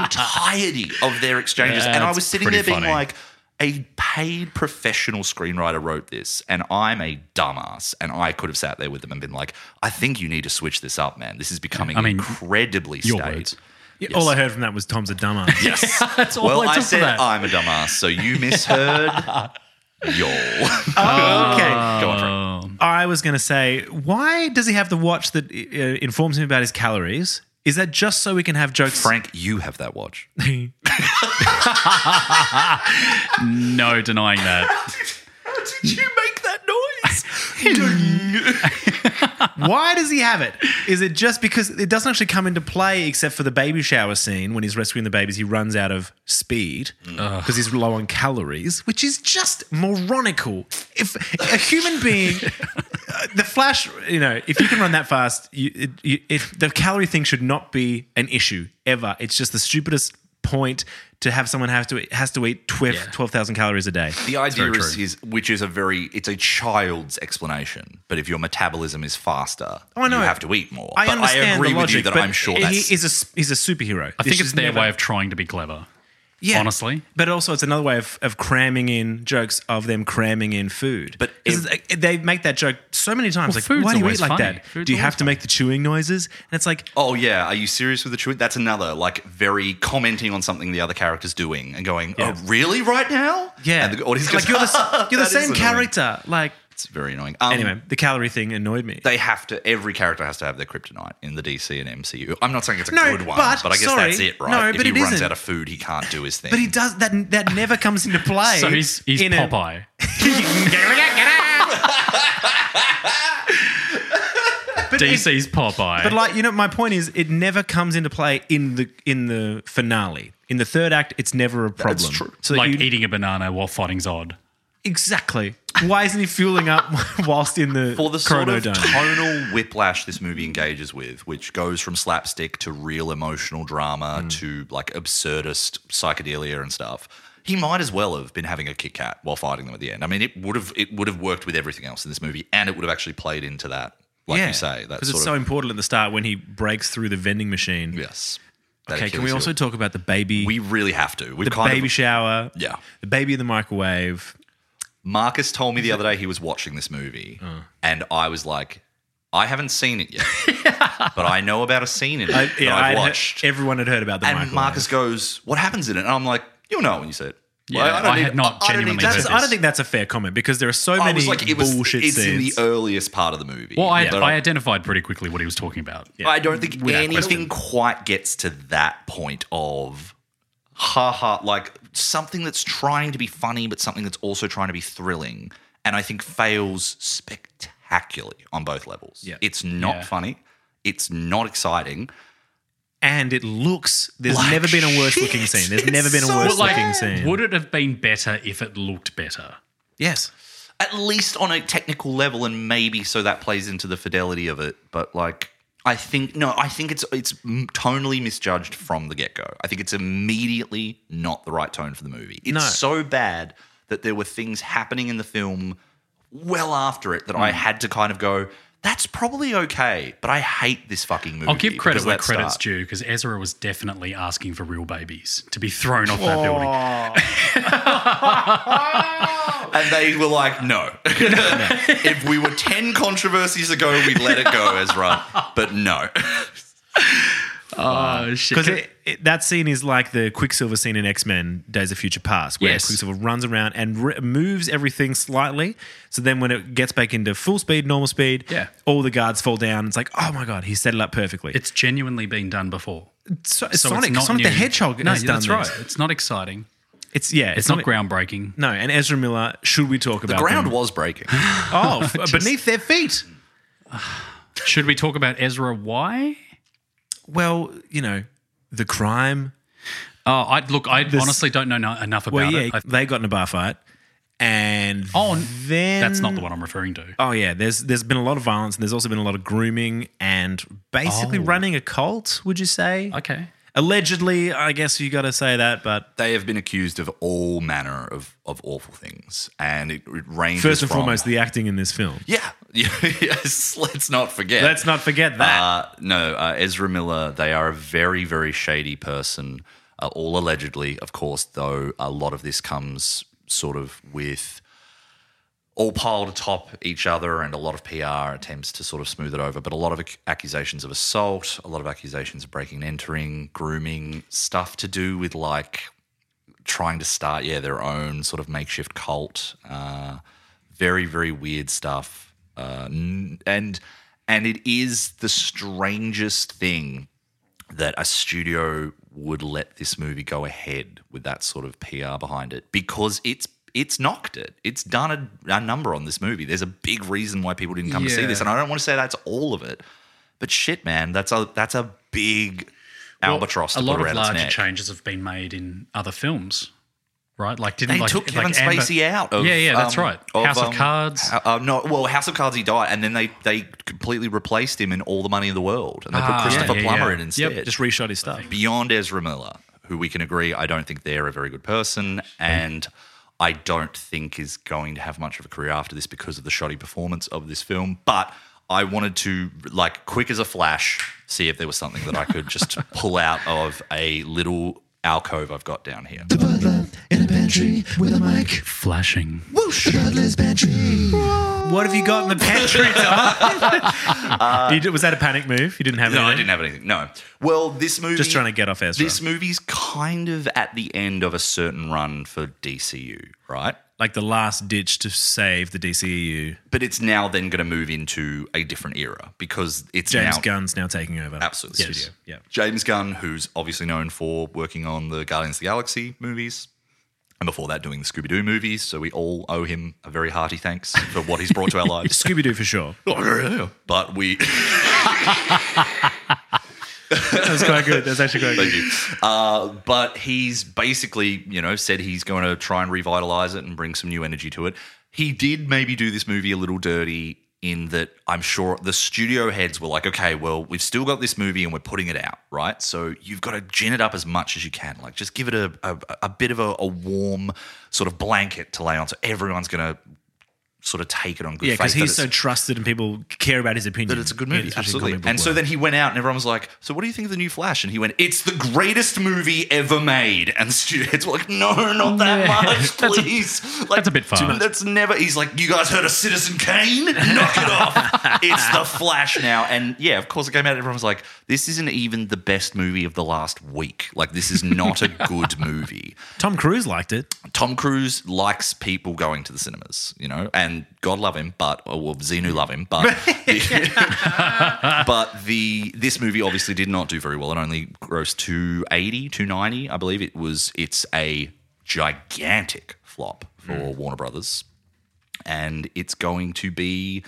B: entirety of their exchanges. and I
C: That's
B: was sitting
C: pretty
B: there being
C: funny.
B: like, like a paid professional screenwriter wrote this and I'm a dumbass and I could have sat there with them and been like, I think you need to switch this up, man. This is becoming
C: I mean,
B: incredibly
C: your
B: staid.
C: words.
A: Yeah, All I heard from that was Tom's a dumbass.
B: Yes.
C: That's all
B: well,
C: I
B: I,
C: took for
B: said uh,
C: that.
B: I'm a dumbass, so you misheard. Yo.
A: okay.
B: Go on, Frank.
A: Uh, I was going to say, why does he have the watch that uh, informs him about his calories? Is that just so we can have jokes?
B: Frank, you have that watch.
C: no denying that.
B: How did you make that noise?
A: Why does he have it? Is it just because it doesn't actually come into play except for the baby shower scene when he's rescuing the babies? He runs out of speed because he's low on calories, which is just moronical. If a human being, uh, the Flash, you know, if you can run that fast, you, it, you, it, the calorie thing should not be an issue ever. It's just the stupidest point to have someone have to has to eat twif-
C: Yeah.
A: 12,000 calories a day.
B: The idea
C: very
B: is,
C: true.
B: is, which is a very, it's a child's explanation. But if your metabolism is faster,
A: Oh, I know.
B: you have to eat more.
A: I
B: but
A: understand
B: I agree
A: the
B: with
A: logic,
B: you that
A: but
B: I'm sure
A: he
B: that's
A: is a s- he's a superhero.
C: I think it's their way of trying to be clever.
A: yeah.
C: honestly.
A: but also it's another way of, of cramming in jokes of them cramming in food.
B: But
A: 'Cause it's- they make that joke so many times,
C: Well,
A: like
C: food's
A: why do you eat
C: always
A: like
C: funny.
A: that?
C: Food's
A: do you have
C: always
A: to make the chewing noises? And it's like
B: Oh yeah, are you serious with the chewing? That's another like very commenting on something the other character's doing and going,
A: Yeah.
B: "Oh really? Right now?"
A: yeah,
B: And the audience
A: like
B: goes,
A: you're the, s- you're the
B: "That is
A: same
B: annoying."
A: character. Like
B: It's very annoying. Um,
A: anyway, the calorie thing annoyed me.
B: they have to. Every character has to have their kryptonite in the DC and MCU. I'm not saying it's a
A: No,
B: good one,
A: but-
B: but, I guess
A: sorry.
B: that's it, right?
A: No,
B: if
A: but
B: he
A: it
B: runs
A: isn't.
B: out of food, he can't do his thing.
A: but he does that. That never comes into play.
C: So he's, he's
A: in a-
C: Popeye.
A: but it-
C: DC's Popeye.
A: But like you know, my point is, it never comes into play in the in the finale. In the third act, it's never a problem.
B: true.
A: So
C: like
A: you-
C: eating a banana while fighting's odd.
A: exactly. Why isn't he fueling up whilst in the
B: for the sort of
A: chronodome?
B: tonal whiplash this movie engages with, which goes from slapstick to real emotional drama
A: Hmm.
B: to like absurdist psychedelia and stuff. He might as well have been having a Kit Kat while fighting them at the end. I mean, it would have it would have worked with everything else in this movie, and it would have actually played into that, like you say, that
A: because
B: sort
A: it's
B: of
A: so important at the start when he breaks through the vending machine.
B: yes. that
A: Okay, can
B: Achilles
A: we also
B: heel.
A: talk about the baby,
B: we really have to. We've
A: the
B: kind
A: baby
B: of
A: shower?
B: yeah.
A: the baby in the microwave.
B: Marcus told me the other day he was watching this movie,
A: Oh.
B: and I was like, I haven't seen it yet, but I know about a scene in it
A: I,
B: that
A: yeah,
B: I've
A: I'd heard-
B: watched.
A: everyone had heard about the
B: And
A: microwave.
B: Marcus goes, "What happens in it?" And I'm like, "You'll know when you see it."
C: Yeah,
B: don't
C: I had not
B: don't
C: genuinely
B: need-
A: That's- I don't think that's a fair comment because there are so
B: I
A: many
B: was like, "It was.
A: bullshit
B: it's in
A: scenes.
B: the earliest part of the movie."
C: Well, I,
B: But
C: I identified pretty quickly what he was talking about.
B: I don't think
C: Without
B: anything
C: question.
B: quite gets to that point of, ha ha, like something that's trying to be funny, but something that's also trying to be thrilling, and I think fails spectacularly on both levels.
A: Yeah.
B: it's not
C: Yeah.
B: funny. It's not exciting.
A: and it looks. There's
B: Like
A: never been a worse
B: shit.
A: looking scene. There's
B: It's
A: never been a
B: so
A: worse
C: But like,
A: looking scene.
C: would it have been better if it looked better?
A: yes.
B: at least on a technical level, and maybe so that plays into the fidelity of it. But like, I think no, I think it's it's m- tonally misjudged from the get go. I think it's immediately not the right tone for the movie. It's
A: No.
B: so bad that there were things happening in the film well after it that
C: Mm.
B: I had to kind of go. That's probably okay, but I hate this fucking movie.
C: I'll give credit
B: because
C: where
B: that
C: credit's
B: start-
C: due because Ezra was definitely asking for real babies to be thrown off that building.
B: And they were like, no. if we were 10 controversies ago, we'd let it go, Ezra. But no.
C: Oh,
A: Because
C: shit.
A: that scene is like the Quicksilver scene in X Men Days of Future Past, where
C: Yes.
A: Quicksilver runs around and re- moves everything slightly. So then when it gets back into full speed, normal speed,
C: Yeah.
A: all the guards fall down. It's like, oh my God, he set it up perfectly.
C: It's genuinely been done before.
A: so,
C: So
A: Sonic,
C: it's not
A: Sonic
C: new.
A: the Hedgehog
C: No,
A: has
C: yeah,
A: done
C: that's
A: this.
C: right. It's not exciting.
A: It's, e- yeah,
C: It's not groundbreaking.
A: No, and Ezra Miller, should we talk about
B: Ground
A: them?
B: was breaking.
A: Oh, f- beneath their feet.
C: Should we talk about Ezra? Why?
A: Well, you know, the crime.
C: Oh, I look. I honestly don't know no- enough about
A: Well, yeah,
C: it. I-
A: they got in a bar fight, and
C: Oh, n-
A: then
C: that's not the one I'm referring to.
A: Oh yeah, there's there's been a lot of violence, and there's also been a lot of grooming and basically running a cult. Would you say?
C: Okay.
A: Allegedly, I guess you got to say that, but
B: they have been accused of all manner of, of awful things, and it, it ranges
A: first and
B: from-
A: foremost, the acting in this film.
B: yeah, yeah, yes. Let's not forget.
A: Let's not forget that.
B: Uh, no, uh, Ezra Miller. They are a very very shady person. Uh, all allegedly, of course. Though a lot of this comes sort of with all piled atop each other, and a lot of PR attempts to sort of smooth it over. But a lot of ac- accusations of assault, a lot of accusations of breaking and entering, grooming, stuff to do with like trying to start yeah their own sort of makeshift cult uh, very very weird stuff uh, n- and and it is the strangest thing that a studio would let this movie go ahead with that sort of PR behind it because it's it's knocked it. It's done a, a number on this movie. There's a big reason why people didn't come to see
C: Yeah.
B: this, and I don't want to say that's all of it, but shit, man, that's a that's a big albatross.
C: A
B: to
C: lot
B: put
C: of
B: around its
C: larger
B: neck.
C: changes have been made in other films, right? Like didn't
B: They
C: like,
B: took Kevin
C: like Amber-
B: Spacey out. Of,
C: yeah, yeah, that's
B: um,
C: right. House of
B: um,
C: Cards.
B: ho- uh, no, well, House of Cards, he died, and then they they completely replaced him in All the Money in the World, and they
C: Ah,
B: put Christopher
C: yeah, yeah,
B: Plummer
C: yeah.
B: in
C: Yep,
B: instead.
A: Just reshoot his stuff.
B: beyond Ezra Miller, who we can agree I don't think they're a very good person and I don't think is going to have much of a career after this because of the shoddy performance of this film. But I wanted to, like, quick as a flash, see if there was something that I could just pull out of a little alcove I've got down here.
F: in a pantry with a mic.
C: Flashing.
F: Toddler's pantry.
A: What have you got in the pantry, Tom? You d- was that a panic move? You didn't have
B: No, I
A: anything?
B: didn't have anything. No. Well, this movie.
A: Just trying to get off Ezra.
B: This movie's kind of at the end of a certain run for DCU, right?
A: like the last ditch to save the E DCEU.
B: But it's now then going to move into a different era because it's
A: James
B: now
A: Gunn's now taking over.
B: Absolutely.
A: the Studio. Yeah.
B: James Gunn, who's obviously known for working on the Guardians of the Galaxy movies, and before that doing the Scooby Doo movies. So we all owe him a very hearty thanks for what he's brought to our lives.
A: Scooby Doo for sure.
B: but we.
A: That was quite good. That was actually quite
B: Thank
A: good.
B: you. Uh, but he's basically, you know, said he's going to try and revitalize it and bring some new energy to it. He did maybe do this movie a little dirty in that I'm sure the studio heads were like, okay, well, we've still got this movie and we're putting it out, right? So you've got to gin it up as much as you can. Like, just give it a, a, a bit of a, a warm sort of blanket to lay on so everyone's going to sort of take it on good
A: Yeah,
B: faith.
A: because
B: that
A: he's
B: it's-
A: so trusted and people care about his opinion.
B: that it's a good movie.
A: Yeah, especially in
B: Absolutely.
A: comic book
B: And so
A: world.
B: then he went out and everyone was like, So what do you think of the new Flash? And he went, It's the greatest movie ever made. And the studio heads were like, No, not that
C: Yeah.
B: much,
C: That's a-
B: please. like,
C: that's a bit far.
B: dude, That's never he's like, You guys heard of Citizen Kane? Knock it off. It's the Flash now. And yeah, of course it came out, everyone was like, This isn't even the best movie of the last week. Like this is not a good movie.
A: Tom Cruise liked it.
B: Tom Cruise likes people going to the cinemas, you know, and God love him, but or well, Xenu love him, but but the this movie obviously did not do very well. It only grossed 280, 290, I believe it was. It's a gigantic flop for Warner Brothers, and it's going to be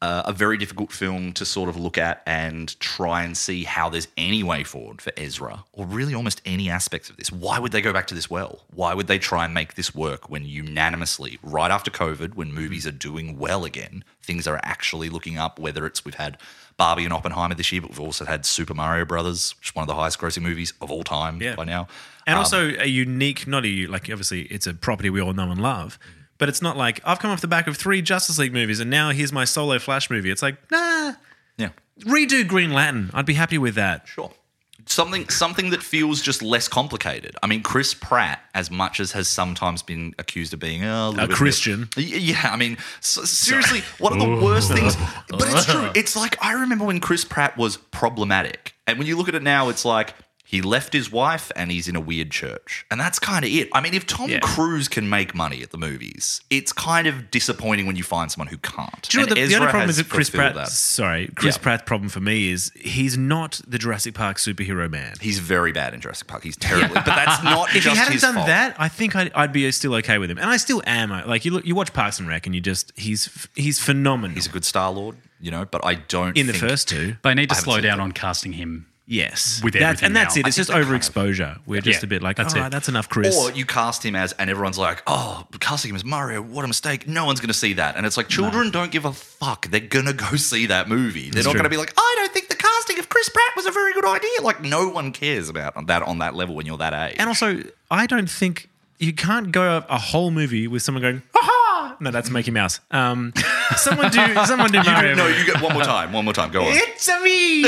B: uh, a very difficult film to sort of look at and try and see how there's any way forward for Ezra or really almost any aspects of this. Why would they go back to this well? Why would they try and make this work when unanimously, right after COVID, when movies are doing well again, things are actually looking up, whether it's we've had Barbie and Oppenheimer this year, but we've also had Super Mario Brothers, which is one of the highest grossing movies of all time
A: Yeah.
B: by now.
A: And also a unique, not a u- like obviously it's a property we all know and love, but it's not like I've come off the back of three Justice League movies and now here's my solo Flash movie. It's like nah,
B: Yeah.
A: redo Green Lantern. I'd be happy with that.
B: Sure. Something something that feels just less complicated. I mean, Chris Pratt, as much as has sometimes been accused of being oh, a, little
A: A
B: bit-
A: Christian.
B: Y- yeah. I mean, s seriously, one of the worst things. But it's true. It's like I remember when Chris Pratt was problematic, and when you look at it now, it's like he left his wife and he's in a weird church, and that's kind of it. I mean, if Tom Cruise can make money at the movies, it's kind of disappointing when you find someone who can't.
A: Do you know what
B: And
A: the, the only
B: Ezra
A: problem
B: has
A: is that Chris
B: fulfilled
A: Pratt?
B: that.
A: Sorry, Chris
B: Yeah.
A: Pratt's problem for me is he's not the Jurassic Park superhero man.
B: He's very bad in Jurassic Park. He's terrible, but that's not
A: if
B: just
A: he hadn't
B: his
A: done
B: fault.
A: that, I think I'd, I'd be still okay with him, and I still am. I- Like you, look, you watch Parks and Rec, and you just he's f- he's phenomenal
B: He's a good Star Lord, you know, but I don't
A: in the
B: think-
A: first two.
C: They need to slow down on casting him.
A: Yes,
C: With
A: That-
C: everything
A: and that's
C: now.
A: it. It's just overexposure. We're just
C: Yeah,
A: a bit like,
C: that's
A: that's
C: it.
A: that's enough, Chris.
B: Or you cast him as, and everyone's like, "Oh, casting him as Mario, what a mistake! No one's going to see that." And it's like, children don't give a fuck. They're going to go see that movie. They're not
A: true.
B: going to be like, "I don't think the casting of Chris Pratt was a very good idea." Like, no one cares about that on that level when you're that age.
A: and also, I don't think you can't go a, a whole movie with someone going, "Aha!" No, that's Mickey Mouse. Um, someone do someone do Mario.
B: no, you get one more time. One more time. Go on.
A: It's a me,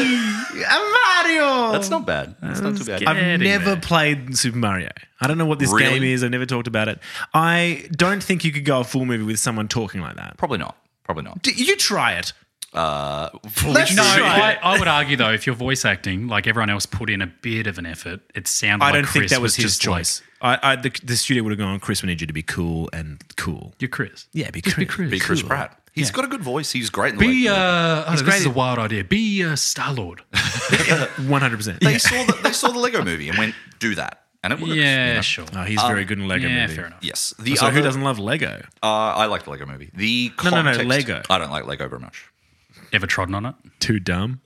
A: a Mario.
B: That's not bad. That's not too bad.
C: good.
A: I've
C: Getting
A: never
C: there.
A: played Super Mario. I don't know what this
B: Really?
A: game is. I've never talked about it. I don't think you could go a full movie with someone talking like that.
B: Probably not. Probably not.
A: D- You try it.
B: Uh,
A: Let's
B: which-
C: No,
A: Sure.
C: I, I would argue though, if you're voice acting, like everyone else put in a bit of an effort, it sounded
A: I
C: like
A: don't think
C: Chris
A: that was, his
C: just like,
A: choice. I, I the, the studio would have gone, Chris, we need you to be cool and cool.
C: You're Chris.
A: Yeah, be
C: Just
A: Chris.
B: be Chris Pratt. He's got a good voice. He's great in the
C: Be
B: late-
C: uh, oh, this
A: great
C: is a
A: at-
C: wild idea. Be uh, Star Lord.
A: 100%.
B: they saw the, they saw the Lego movie and went do that, and it worked.
C: yeah, sure.
A: Oh, he's very good in Lego
C: yeah,
A: movie.
C: fair enough.
B: Yes. The
A: So
B: other,
A: who doesn't love Lego?
B: Uh, I like the Lego movie. The
A: No, no, no,
B: context-
A: Lego.
B: I don't like Lego very much.
C: Ever trodden on it?
A: Too dumb.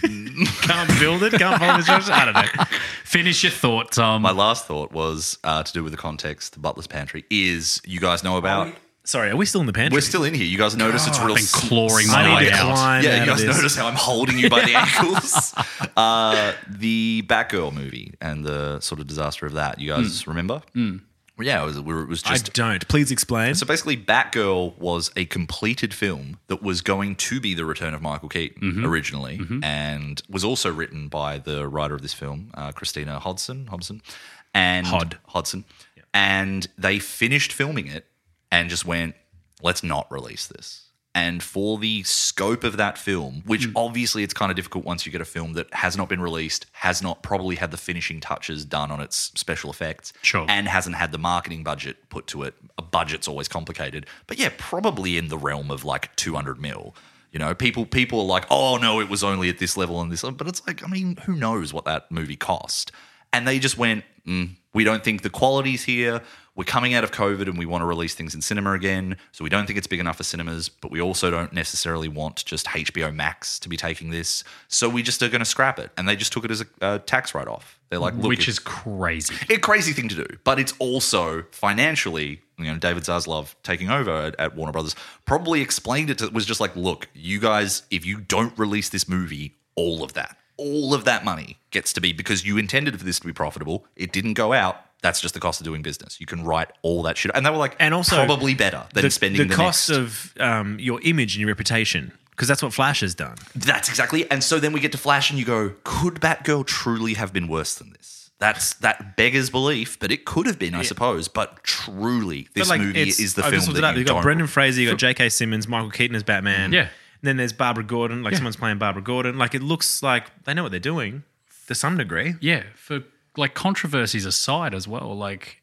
A: can't build it. Can't follow instructions. I don't know.
C: Finish your um, thought, Tom.
B: My last thought was uh, to do with the context. The Butler's Pantry is you guys know about
A: Sorry, are we still in the pantry?
B: We're still in here. You guys notice it's
C: I've
B: real
C: been clawing
A: I
C: my
A: need
C: way
A: to
C: out.
A: climb
B: Yeah,
A: out
B: you
A: of
B: guys
A: this.
B: notice how I'm holding you by the ankles. Uh, the Batgirl movie and the sort of disaster of that. You guys remember? Mm. Yeah, it was, it was
A: I
B: just.
A: don't. Please explain.
B: so basically, Batgirl was a completed film that was going to be the return of Michael Keaton originally, and was also written by the writer of this film, uh, Christina Hodson. Hobson, and
A: Hod.
B: Hodson, and they finished filming it and just went, let's not release this. And for the scope of that film, which obviously it's kind of difficult once you get a film that has not been released, has not probably had the finishing touches done on its special effects,
C: Sure.
B: and hasn't had the marketing budget put to it. A budget's always complicated, but yeah, probably in the realm of like 200 mil. You know, people people are like, oh no, it was only at this level and this level, but it's like, I mean, who knows what that movie cost? And they just went, mm, we don't think the quality's here. We're coming out of COVID and we want to release things in cinema again. So we don't think it's big enough for cinemas, but we also don't necessarily want just HBO Max to be taking this. So we just are going to scrap it. And they just took it as a, a tax write off. They're like, look,
C: Which
B: if-
C: is crazy.
B: a crazy thing to do, but it's also financially, you know, David Zaslav taking over at, at Warner Brothers probably explained it to was just like, look, you guys, if you don't release this movie, all of that, all of that money gets to be because you intended for this to be profitable. It didn't go out. That's just the cost of doing business. You can write all that shit, and they were like,
A: And also,
B: probably better than
A: the,
B: spending
A: the,
B: the,
A: cost
B: next-
A: of um, your image and your reputation, because that's what Flash has done.
B: That's exactly. And so then we get to Flash, and you go, could Batgirl truly have been worse than this? That's that beggars belief, but it could have been, I suppose. But truly, this movie
A: it's- oh,
B: is the
A: I've
B: film
A: just looked it
B: that
A: up.
B: you
A: got
B: don't-
A: Brendan Fraser, you got J.K. Simmons, Michael Keaton as Batman.
C: Yeah.
A: And then there's Barbara Gordon. Like someone's playing Barbara Gordon. Like it looks like they know what they're doing to some degree.
C: Yeah, for like controversies aside as well, like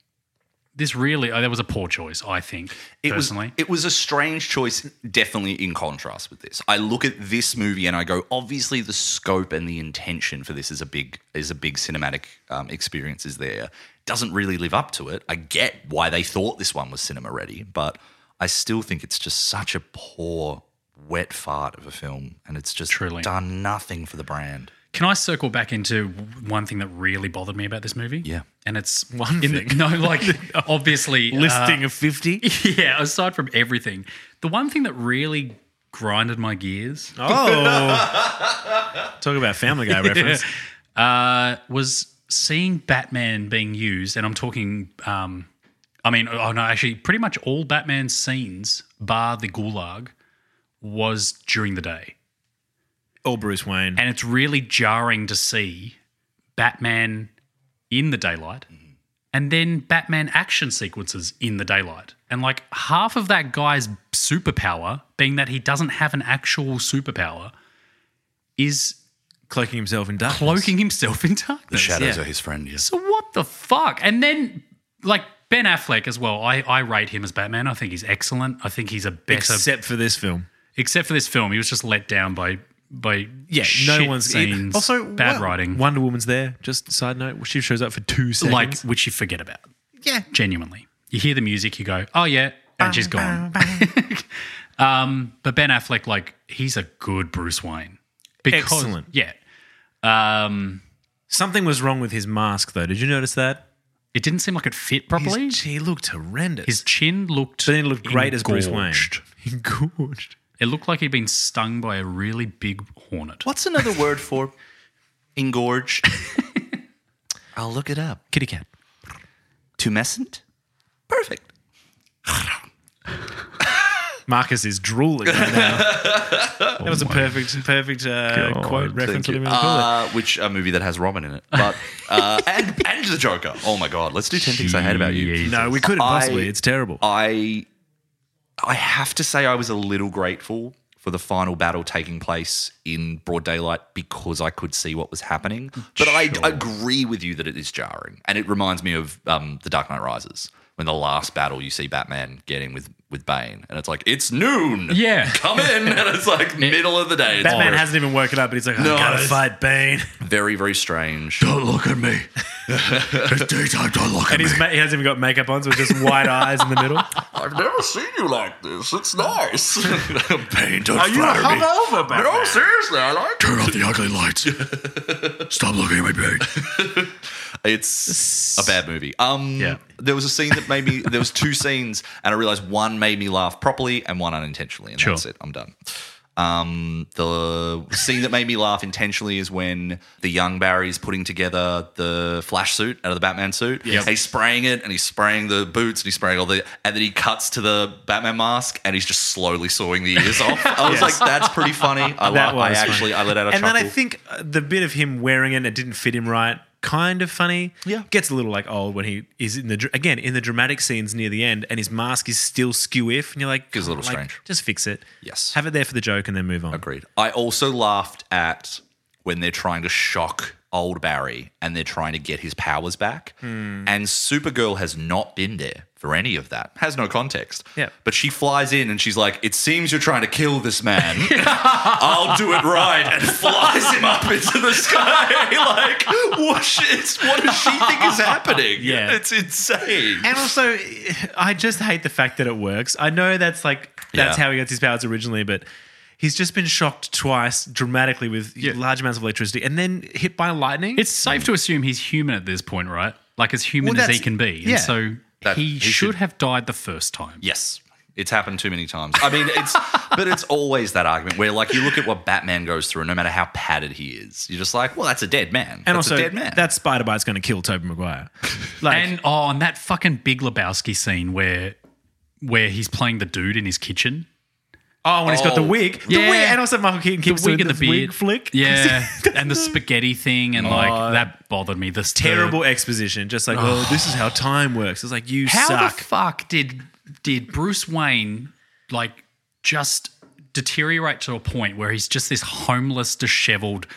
C: this really, oh, that was a poor choice, I think,
B: It was,
C: personally.
B: it was a strange choice, definitely in contrast with this. I look at this movie and I go, obviously the scope and the intention for this is a big is a big cinematic um, experience. Is there doesn't really live up to it. I get why they thought this one was cinema ready, but I still think it's just such a poor wet fart of a film, and it's just
C: Truly.
B: done nothing for the brand.
C: Can I circle back into one thing that really bothered me about this movie?
B: Yeah.
C: And it's
A: One
C: in
A: thing?
C: no, like obviously uh,
A: Listing of 50.
C: yeah, aside from everything, the one thing that really grinded my gears
A: Oh. Talk about Family Guy reference.
C: uh, was seeing Batman being used, and I'm talking. Um, I mean, oh no, actually, pretty much all Batman scenes, bar the Gulag, was during the day,
A: Or Bruce Wayne.
C: and it's really jarring to see Batman in the daylight,
A: Mm-hmm.
C: and then Batman action sequences in the daylight, and like half of that guy's superpower being that he doesn't have an actual superpower is
A: cloaking himself in darkness.
C: cloaking himself in darkness.
B: Shadows
A: yeah.
B: are his friend. Yes.
C: So what the fuck? And then like Ben Affleck as well. I, I rate him as Batman. I think he's excellent. I think he's a better except,
A: Except for this film.
C: for this film. He was just let down by by
A: Yeah,
C: shit
A: no one's
C: scenes,
A: Also,
C: bad
A: Wo-
C: writing.
A: Wonder Woman's there. Just side note, she shows up for two seconds.
C: like which you forget about.
A: yeah,
C: Genuinely. You hear the music, you go, Oh yeah, and she's gone. um, but Ben Affleck, like, he's a good Bruce Wayne. Because
A: Excellent.
C: yeah. Um
A: something was wrong with his mask though. Did you notice that?
C: it didn't seem like it fit
A: His-
C: properly.
A: he looked horrendous.
C: His chin looked
A: but then he looked great as
C: engorged.
A: Bruce Wayne. Engorged.
C: It looked like he'd been stung by a really big hornet.
B: What's another word for engorged? I'll look it up.
A: Kitty cat.
B: Tumescent. Perfect.
A: Marcus is drooling right now. that was a perfect, perfect uh, quote reference.
B: Oh Thank you.
A: Whatever you want to call it.
B: Uh, which a movie that has Robin in it, but uh, and and the Joker. Oh my God! Let's do ten things I hate about you.
C: Jeez.
A: No, we couldn't possibly.
B: I-
A: it's terrible.
B: I I have to say I was a little grateful for the final battle taking place in broad daylight because I could see what was happening. But I d- agree with you that it is jarring, and it reminds me of um, the Dark Knight Rises when the last battle you see Batman getting with with Bane, and it's like it's noon.
C: Yeah.
B: come in, and it's like middle of the day. It's
A: Batman
B: horrible.
A: hasn't even woken up, but he's like, I
B: No,
A: gotta
B: it's-
A: fight Bane.
B: very very strange.
D: Don't look at me. it's daytime. Don't look at
A: And
D: me.
A: he's, ma- he hasn't even got makeup on, so it's just white eyes in the middle.
D: I've never seen you like this. It's nice. Pain, don't
B: Are you
D: flatter me.
B: hungover, Batman? No, seriously, I like
D: Turn off the ugly lights. Stop looking at my pain.
B: It's a bad movie. Um,
C: Yeah.
B: There was a scene that made me. There was two scenes, and I realized one made me laugh properly and one unintentionally, and
C: Sure.
B: that's it. I'm done. Um, the scene that made me laugh intentionally is when the young Barry's putting together the flash suit out of the Batman suit.
C: Yep.
B: He's spraying it and he's spraying the boots and he's spraying all the and then he cuts to the Batman mask and he's just slowly sawing the ears off. I was like, that's pretty funny. I,
A: That
B: la- I
A: was funny.
B: actually I let out a
A: and
B: chuckle.
A: then I think uh, the bit of him wearing it and it didn't fit him right, kind of funny.
B: Yeah.
A: gets a little like old when he is in the dr- again in the dramatic scenes near the end, and his mask is still skew if, and you're like,
B: Feels a little
A: like,
B: strange.
A: Just fix it.
B: Yes.
A: have it there for the joke and then move on.
B: Agreed. I also laughed at when they're trying to shock old Barry and they're trying to get his powers back.
A: Hmm.
B: And Supergirl has not been there for any of that. Has no context.
A: Yeah.
B: But she flies in and she's like, "It seems you're trying to kill this man. I'll do it right." And flies him up into the sky. like, what, sh- it's, what does she think is happening?
A: Yeah.
B: It's insane.
A: And also, I just hate the fact that it works. I know that's like that's
B: Yeah.
A: how he gets his powers originally, but he's just been shocked twice dramatically with large amounts of electricity, and then hit by lightning.
C: It's safe to assume he's human at this point, right? Like as human
A: Well,
C: as he
A: that's-
C: can be.
A: yeah.
C: And so
B: That-
C: he,
B: he
C: should,
B: should-
C: have died the first time.
B: Yes. It's happened too many times. I mean, it's but it's always that argument where like you look at what Batman goes through, no matter how padded he is, you're just like, well, that's a dead man.
A: and
B: that's
A: also,
B: a dead man.
A: that spider bite's going to kill Tobey Maguire. Like,
C: And oh, and that fucking Big Lebowski scene where where he's playing the dude in his kitchen.
A: oh, when he's got the
B: Oh,
A: wig, the
C: yeah.
A: wig, and also Michael Keaton
C: The
A: keeps
C: wig
A: doing
C: and the
A: the,
C: beard.
A: wig flick.
C: Yeah. and the spaghetti thing and
A: Oh.
C: like that bothered me. This
A: terrible exposition. Just like, oh, this is how time works. It's like you
C: How
A: suck.
C: the fuck did did Bruce Wayne like just deteriorate to a point where he's just this homeless, disheveled,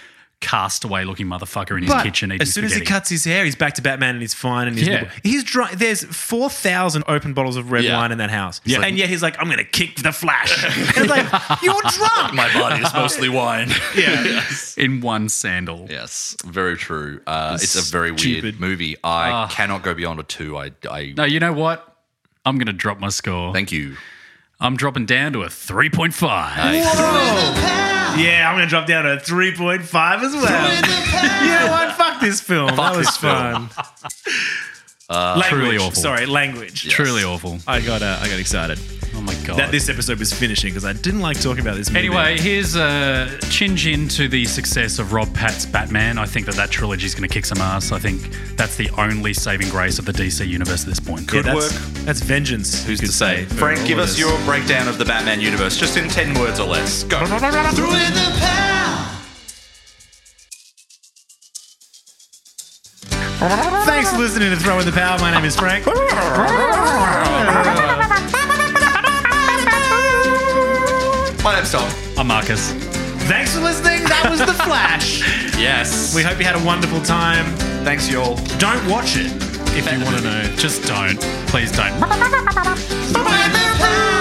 C: castaway looking motherfucker in his
A: But
C: kitchen eating
A: as soon as he
C: spaghetti?
A: cuts his hair, he's back to Batman and he's fine and he's
C: Yeah.
A: normal. he's dry. There's four thousand open bottles of red
B: Yeah.
A: wine in that house, and yet he's like, "I'm gonna kick the Flash." and it's like you're drunk.
B: My body is mostly wine.
C: in one sandal.
B: yes, very true. Uh, it's Ah. a very weird
A: Stupid.
B: movie. I cannot go beyond a two. I, I
C: No, you know what? I'm gonna drop my score.
B: thank you.
C: I'm dropping down to a 3.5.
A: Ah, yeah, I'm gonna drop down to three point five as well. you know what? Fuck this film. that was
B: this film. Uh,
A: fun. language.
C: Truly awful.
A: Sorry, language.
C: Truly awful.
A: I got uh, I got excited
C: Oh my god.
A: that this episode was finishing because I didn't like talking about this. Movie.
C: Anyway, here's uh, a chinge into the success of Rob Pat's Batman. I think that that trilogy is going to kick some ass. I think that's the only saving grace of the DC universe at this point.
A: Yeah, that's,
B: work.
A: That's vengeance.
B: Who's
A: Good
B: to say?
A: for
B: Frank,
A: all
B: give
A: of
B: us your breakdown of the Batman universe, just in ten words or less. Go.
A: Thanks for listening to Throw in the Power. My name is Frank.
B: My name's Tom.
C: I'm Marcus.
A: Thanks for listening. That was The Flash.
B: Yes.
A: We hope you had a wonderful time.
B: Thanks, y'all.
A: Don't watch it if you want to know.
C: Just don't. Please don't.
F: With a mic.